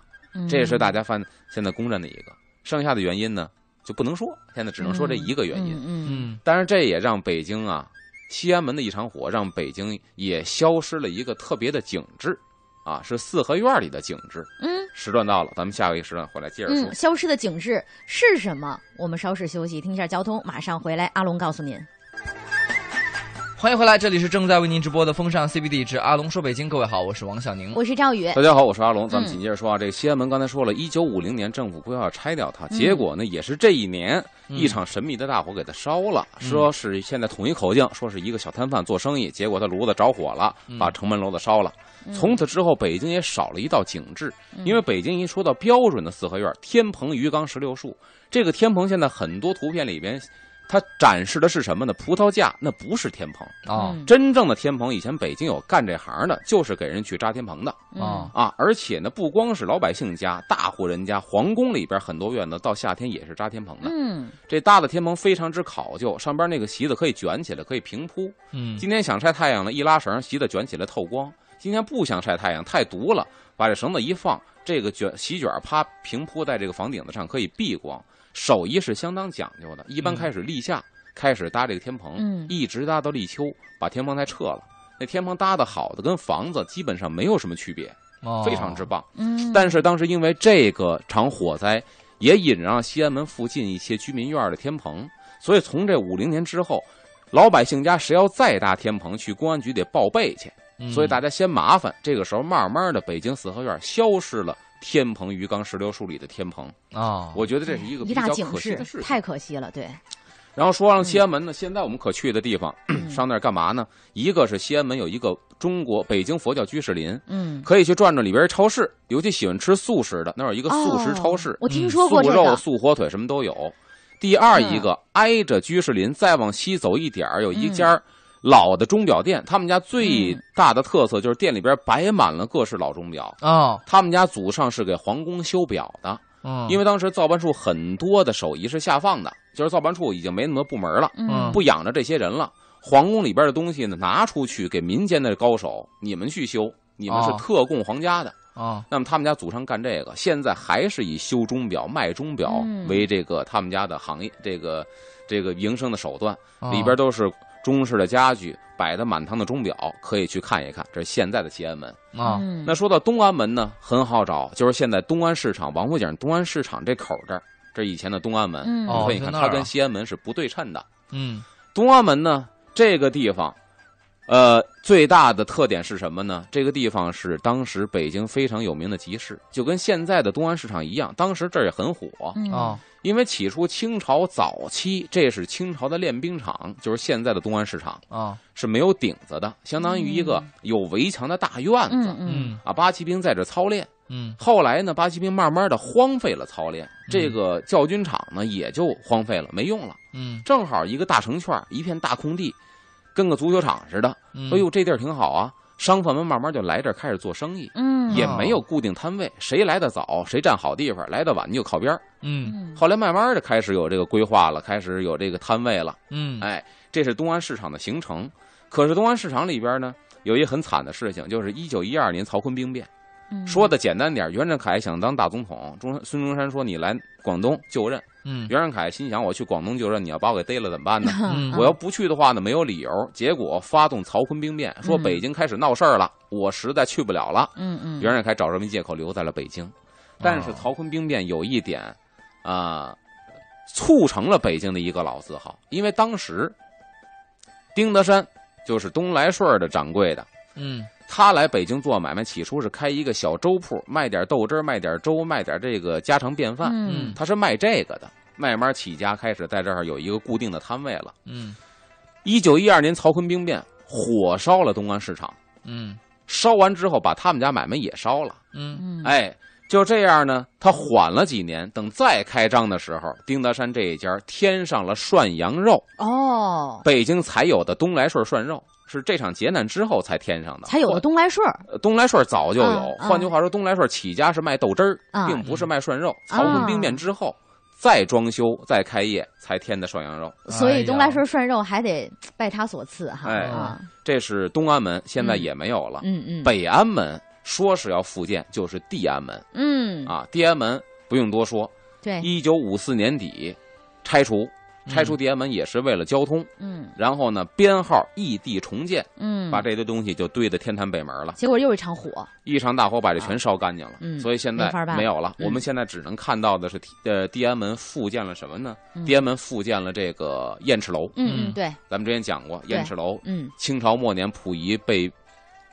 [SPEAKER 3] 这也是大家犯现在公认的一个，剩下的原因呢就不能说，现在只能说这一个原因。
[SPEAKER 2] 嗯嗯
[SPEAKER 1] 嗯
[SPEAKER 3] 但是这也让北京啊，西安门的一场火，让北京也消失了一个特别的景致，啊，是四合院里的景致。
[SPEAKER 2] 嗯
[SPEAKER 3] 时段到了，咱们下个一时段回来接着说。
[SPEAKER 2] 嗯，消失的景致是什么？我们稍事休息，听一下交通，马上回来。阿龙告诉您，
[SPEAKER 3] 嗯
[SPEAKER 1] 欢迎回来，这里是正在为您直播的风尚 CBD 之阿龙说北京，各位好，我是王小宁。
[SPEAKER 2] 我是赵宇。
[SPEAKER 3] 大家好，我是阿龙。咱们
[SPEAKER 2] 嗯
[SPEAKER 3] 紧接着说啊，这个西安门刚才说了，一九五零年政府规划拆掉它，
[SPEAKER 2] 嗯
[SPEAKER 3] 结果呢，也是这一年
[SPEAKER 1] 嗯
[SPEAKER 3] 一场神秘的大火给它烧了。说是现在统一口径，说是一个小摊贩做生意，结果他炉子着火了，
[SPEAKER 1] 嗯
[SPEAKER 3] 把城门楼子烧了。从此之后，北京也少了一道景致，
[SPEAKER 1] 嗯
[SPEAKER 3] 因为北京一说到标准的四合院，天棚、鱼缸、石榴树，这个天棚现在很多图片里边，它展示的是什么呢？葡萄架，那不是天棚。
[SPEAKER 1] 啊
[SPEAKER 2] 嗯
[SPEAKER 3] 真正的天棚，以前北京有干这行的，就是给人去扎天棚的
[SPEAKER 1] 啊，
[SPEAKER 3] 啊。而且呢，不光是老百姓家、大户人家，皇宫里边很多院子到夏天也是扎天棚的。
[SPEAKER 2] 嗯
[SPEAKER 3] 这搭的天棚非常之考究，上边那个席子可以卷起来，可以平铺，
[SPEAKER 1] 嗯
[SPEAKER 3] 今天想晒太阳了，一拉绳，席子卷起来透光；今天不想晒太阳，太毒了，把这绳子一放，这个卷席卷儿啪平铺在这个房顶子上，可以避光。手艺是相当讲究的，一般
[SPEAKER 1] 嗯
[SPEAKER 3] 开始立夏，开始搭这个天棚，
[SPEAKER 2] 嗯
[SPEAKER 3] 一直搭到立秋，把天棚才撤了。那天棚搭的好的跟房子基本上没有什么区别，
[SPEAKER 1] 哦
[SPEAKER 3] 非常之棒。
[SPEAKER 2] 嗯，
[SPEAKER 3] 但是当时因为这个场火灾，也引让西安门附近一些居民院儿的天棚，所以从这五零年之后，老百姓家谁要再搭天棚，去公安局得报备去。
[SPEAKER 1] 嗯
[SPEAKER 3] 所以大家嫌麻烦，这个时候慢慢的，北京四合院消失了天棚、鱼缸、石榴树里的天棚。
[SPEAKER 1] 啊，
[SPEAKER 3] 我觉得这是一个比
[SPEAKER 2] 一
[SPEAKER 3] 较
[SPEAKER 2] 大景
[SPEAKER 3] 可惜
[SPEAKER 2] 致
[SPEAKER 3] 的事情。
[SPEAKER 2] 太可惜了，对，
[SPEAKER 3] 然后说上西安门呢，现在我们可去的地方，
[SPEAKER 2] 嗯
[SPEAKER 3] 上那儿干嘛呢？一个是西安门有一个中国北京佛教居士林，
[SPEAKER 2] 嗯，
[SPEAKER 3] 可以去转转里边儿超市，尤其喜欢吃素食的，那儿有一个素食超市
[SPEAKER 2] 哦，我听
[SPEAKER 1] 嗯
[SPEAKER 2] 说过
[SPEAKER 3] 素
[SPEAKER 2] 这
[SPEAKER 3] 肉、
[SPEAKER 2] 个，嗯
[SPEAKER 3] 素火腿什么都有。第二一个，挨着居士林再往西走一点儿，有一家老的钟表店，他们家最
[SPEAKER 2] 嗯
[SPEAKER 3] 大的特色就是店里边摆满了各式老钟表。
[SPEAKER 1] 啊，
[SPEAKER 3] 他们家祖上是给皇宫修表的，
[SPEAKER 2] 哦
[SPEAKER 1] 嗯，
[SPEAKER 3] 因为当时造办处很多的手艺是下放的，就是造办处已经没那么多部门了，
[SPEAKER 2] 嗯
[SPEAKER 3] 不养着这些人了。皇宫里边的东西呢，拿出去给民间的高手，你们去修，你们是
[SPEAKER 1] 哦
[SPEAKER 3] 特供皇家的。
[SPEAKER 1] 啊，
[SPEAKER 3] 那么他们家祖上干这个，现在还是以修钟表、卖钟表
[SPEAKER 2] 嗯
[SPEAKER 3] 为这个他们家的行业，这个这个营生的手段。
[SPEAKER 1] 啊
[SPEAKER 3] 里边都是中式的家具，摆的满堂的钟表，可以去看一看。这是现在的西安门。
[SPEAKER 1] 啊，
[SPEAKER 2] 嗯
[SPEAKER 3] 那说到东安门呢，很好找，就是现在东安市场、王府井东安市场这口儿这儿，这是以前的东安门。
[SPEAKER 2] 嗯
[SPEAKER 1] 哦
[SPEAKER 3] 你
[SPEAKER 1] 是
[SPEAKER 3] 看，你看
[SPEAKER 1] 那儿啊
[SPEAKER 3] 它跟西安门是不对称的。
[SPEAKER 1] 嗯
[SPEAKER 3] 东安门呢，这个地方，呃，最大的特点是什么呢？这个地方是当时北京非常有名的集市，就跟现在的东安市场一样，当时这儿也很火。
[SPEAKER 2] 嗯
[SPEAKER 1] 哦，
[SPEAKER 3] 因为起初清朝早期，这是清朝的练兵场，就是现在的东安市场，
[SPEAKER 1] 哦，
[SPEAKER 3] 是没有顶子的，相当于一个有围墙的大院子。
[SPEAKER 2] 嗯嗯
[SPEAKER 1] 嗯
[SPEAKER 3] 啊，八旗兵在这操练。
[SPEAKER 1] 嗯
[SPEAKER 3] 后来呢，八旗兵慢慢的荒废了操练，这个教军场呢也就荒废了，没用了。
[SPEAKER 1] 嗯
[SPEAKER 3] 正好一个大城圈，一片大空地，跟个足球场似的。
[SPEAKER 1] 嗯，
[SPEAKER 3] 哎呦，这地儿挺好啊！商贩们慢慢就来这儿开始做生意，
[SPEAKER 2] 嗯，
[SPEAKER 3] 也
[SPEAKER 1] 哦
[SPEAKER 3] 没有固定摊位，谁来的早谁占好地方，来的晚你就靠边儿。
[SPEAKER 1] 嗯
[SPEAKER 2] 嗯
[SPEAKER 3] 后来慢慢的开始有这个规划了，开始有这个摊位了。
[SPEAKER 1] 嗯，
[SPEAKER 3] 哎，这是东安市场的形成。可是东安市场里边呢，有一很惨的事情，就是一九一二年曹锟兵变。
[SPEAKER 2] 嗯
[SPEAKER 3] 说的简单点儿，袁振凯想当大总统，中孙中山说你来广东就任。
[SPEAKER 1] 嗯
[SPEAKER 3] 袁振凯心想，我去广东就任，你要把我给逮了怎么办呢？
[SPEAKER 1] 嗯
[SPEAKER 3] 我要不去的话呢，没有理由。结果发动曹锟兵变，说
[SPEAKER 2] 嗯
[SPEAKER 3] 北京开始闹事儿了，我实在去不了了。
[SPEAKER 2] 嗯嗯，哦
[SPEAKER 3] 袁世凯找这么一借口留在了北京，但是曹锟兵变有一点，啊、促成了北京的一个老字号，因为当时丁德山就是东来顺儿的掌柜的，
[SPEAKER 1] 嗯
[SPEAKER 3] 他来北京做买卖，起初是开一个小粥铺，卖点豆汁儿，卖点粥，卖点这个家常便饭，
[SPEAKER 2] 嗯
[SPEAKER 3] 他是卖这个的。慢慢起家，开始在这儿有一个固定的摊位了。
[SPEAKER 1] 嗯
[SPEAKER 3] 一九一二年曹锟兵变，火烧了东安市场，
[SPEAKER 1] 嗯
[SPEAKER 3] 烧完之后把他们家买卖也烧了。
[SPEAKER 1] 嗯
[SPEAKER 2] 嗯，
[SPEAKER 3] 哎，就这样呢，他缓了几年，等再开张的时候，丁德山这一家添上了涮羊肉，
[SPEAKER 2] 哦，
[SPEAKER 3] 北京才有的东来顺涮肉。是这场劫难之后才添上的，
[SPEAKER 2] 才有
[SPEAKER 3] 换
[SPEAKER 2] 了东来顺儿
[SPEAKER 3] 呃东来顺早就有。
[SPEAKER 2] 嗯嗯
[SPEAKER 3] 换句话说，东来顺起家是卖豆汁儿，
[SPEAKER 2] 啊
[SPEAKER 3] 并不是卖涮肉。
[SPEAKER 2] 嗯
[SPEAKER 3] 曹锟兵变之后，再装修、再开业，才添的涮羊肉。
[SPEAKER 2] 所
[SPEAKER 1] 哎
[SPEAKER 2] 以
[SPEAKER 1] 呀
[SPEAKER 2] 东来顺涮肉还得拜他所赐哈。
[SPEAKER 3] 哎
[SPEAKER 2] 啊
[SPEAKER 3] 这是东安门，现在也没有了。
[SPEAKER 2] 嗯嗯，
[SPEAKER 3] 北安门说是要复建，就是地安门
[SPEAKER 2] 嗯，哎
[SPEAKER 3] 啊。地安门不用多说，
[SPEAKER 2] 对，
[SPEAKER 3] 一九五四年底拆除，拆除地安门也是为了交通。
[SPEAKER 2] 嗯
[SPEAKER 3] 然后呢，编号异地重建，
[SPEAKER 2] 嗯，
[SPEAKER 3] 把这堆东西就堆在天坛北门了。
[SPEAKER 2] 结果又一场火，
[SPEAKER 3] 一场大火把这全烧干净了，
[SPEAKER 2] 嗯
[SPEAKER 3] 所以现在
[SPEAKER 2] 没法办
[SPEAKER 3] 没有了。
[SPEAKER 2] 嗯
[SPEAKER 3] 我们现在只能看到的是地，呃，地安门复建了什么呢？
[SPEAKER 2] 嗯
[SPEAKER 3] 地安门复建了这个燕赤楼，
[SPEAKER 2] 嗯
[SPEAKER 1] 嗯
[SPEAKER 2] 嗯，对，
[SPEAKER 3] 咱们之前讲过，燕赤楼，
[SPEAKER 2] 嗯
[SPEAKER 3] 清朝末年溥仪被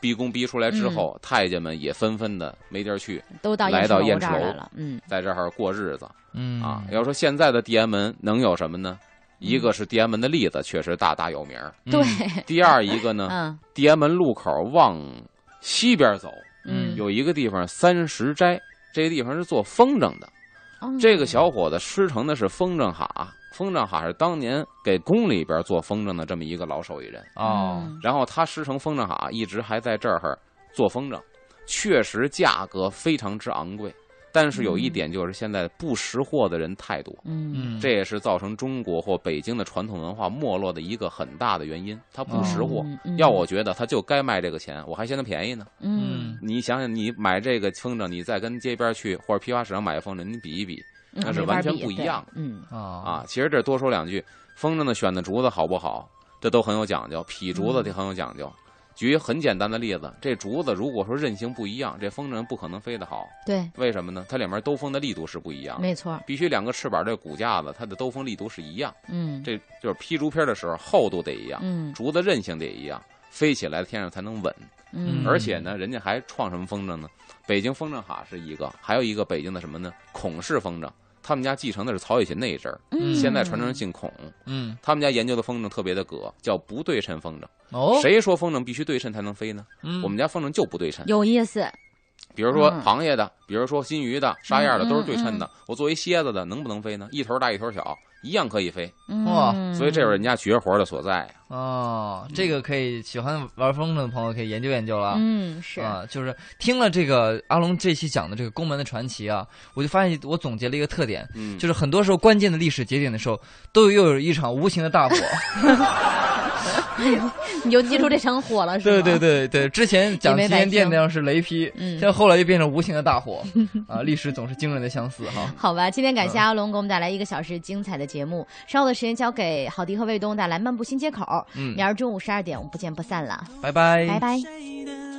[SPEAKER 3] 逼宫逼出来之
[SPEAKER 2] 嗯
[SPEAKER 3] 后，太监们也纷纷的没地儿去，
[SPEAKER 2] 都到
[SPEAKER 3] 来到
[SPEAKER 2] 楼
[SPEAKER 3] 燕
[SPEAKER 2] 这
[SPEAKER 3] 赤
[SPEAKER 2] 儿
[SPEAKER 3] 楼
[SPEAKER 2] 来了，嗯
[SPEAKER 3] 在这儿过日子。
[SPEAKER 1] 嗯
[SPEAKER 3] 啊，要说现在的地安门能有什么呢？
[SPEAKER 2] 嗯
[SPEAKER 3] 一个是地安门的例子确实大大有名儿，
[SPEAKER 1] 嗯
[SPEAKER 2] 对，
[SPEAKER 3] 第二一个呢，
[SPEAKER 2] 嗯
[SPEAKER 3] 地安门路口往西边走
[SPEAKER 1] 嗯
[SPEAKER 2] 嗯，
[SPEAKER 3] 有一个地方三十斋，这个地方是做风筝的。
[SPEAKER 2] 哦
[SPEAKER 3] 这个小伙子师承的是风筝哈，风筝哈是当年给宫里边做风筝的这么一个老手艺人，
[SPEAKER 1] 哦，
[SPEAKER 2] 嗯
[SPEAKER 3] 然后他师承风筝哈，一直还在这儿做风筝，确实价格非常之昂贵。但是有一点就是，现在不识货的人太多，
[SPEAKER 2] 嗯
[SPEAKER 1] 嗯
[SPEAKER 3] 这也是造成中国或北京的传统文化没落的一个很大的原因。它不识货，
[SPEAKER 2] 嗯嗯
[SPEAKER 3] 要我觉得他就该卖这个钱，我还嫌它便宜呢。
[SPEAKER 2] 嗯，
[SPEAKER 3] 你想想，你买这个风筝，你再跟街边去或者批发市场买风筝，你比一比那是
[SPEAKER 2] 没法
[SPEAKER 3] 完全
[SPEAKER 2] 比
[SPEAKER 3] 不一
[SPEAKER 2] 对
[SPEAKER 3] 样
[SPEAKER 2] 嗯
[SPEAKER 1] 啊
[SPEAKER 3] 啊。其实这多说两句，风筝的选的竹子好不好，这都很有讲究，劈竹子这很有讲究。举一个很简单的例子，这竹子如果说韧性不一样，这风筝不可能飞得好。
[SPEAKER 2] 对，
[SPEAKER 3] 为什么呢？它两边兜风的力度是不一样的，
[SPEAKER 2] 没错，
[SPEAKER 3] 必须两个翅膀这骨架子它的兜风力度是一样。
[SPEAKER 2] 嗯
[SPEAKER 3] 这就是劈竹片的时候厚度得一样，
[SPEAKER 2] 嗯
[SPEAKER 3] 竹子韧性得一样，飞起来天上才能稳。
[SPEAKER 2] 嗯，
[SPEAKER 3] 而且呢，人家还创什么风筝呢？北京风筝哈是一个，还有一个北京的什么呢？孔氏风筝，他们家继承的是曹雪芹那一支儿，
[SPEAKER 2] 嗯
[SPEAKER 3] 现在传承人姓孔，
[SPEAKER 1] 嗯
[SPEAKER 3] 他们家研究的风筝特别的葛，叫不对称风筝。
[SPEAKER 1] 哦，
[SPEAKER 3] 谁说风筝必须对称才能飞呢？
[SPEAKER 1] 嗯
[SPEAKER 3] 我们家风筝就不对称，
[SPEAKER 2] 有意思，
[SPEAKER 3] 比如说
[SPEAKER 2] 嗯
[SPEAKER 3] 螃蟹的，比如说金鱼的、沙燕的，
[SPEAKER 2] 嗯
[SPEAKER 3] 都是对称的。我作为蝎子的，能不能飞呢？一头大一头小，一样可以飞。
[SPEAKER 1] 哇
[SPEAKER 2] 嗯
[SPEAKER 3] 所以这是人家绝活的所在啊呀。
[SPEAKER 1] 哦，这个可以喜欢玩风筝的朋友可以研究研究了。
[SPEAKER 2] 嗯是
[SPEAKER 1] 啊，就是听了这个阿龙这期讲的这个宫门的传奇啊，我就发现我总结了一个特点，
[SPEAKER 3] 嗯
[SPEAKER 1] 就是很多时候关键的历史节点的时候，都又有一场无形的大 火。
[SPEAKER 2] 你就记住这场火了，是
[SPEAKER 1] 对
[SPEAKER 2] 吗？
[SPEAKER 1] 对对对，之前讲旗
[SPEAKER 2] 你没白
[SPEAKER 1] 舰店
[SPEAKER 2] 听
[SPEAKER 1] 那样是雷劈，
[SPEAKER 2] 嗯
[SPEAKER 1] 现在后来又变成无形的大火。啊，历史总是惊人的相似哈。
[SPEAKER 2] 好吧，今天感谢阿龙给我们带来一个小时精彩的节目，稍后的时间交给郝迪和卫东带来漫步新街口。
[SPEAKER 1] 嗯哎
[SPEAKER 2] 明儿中午十二点，我们不见不散了，
[SPEAKER 1] 拜拜，
[SPEAKER 2] 拜拜。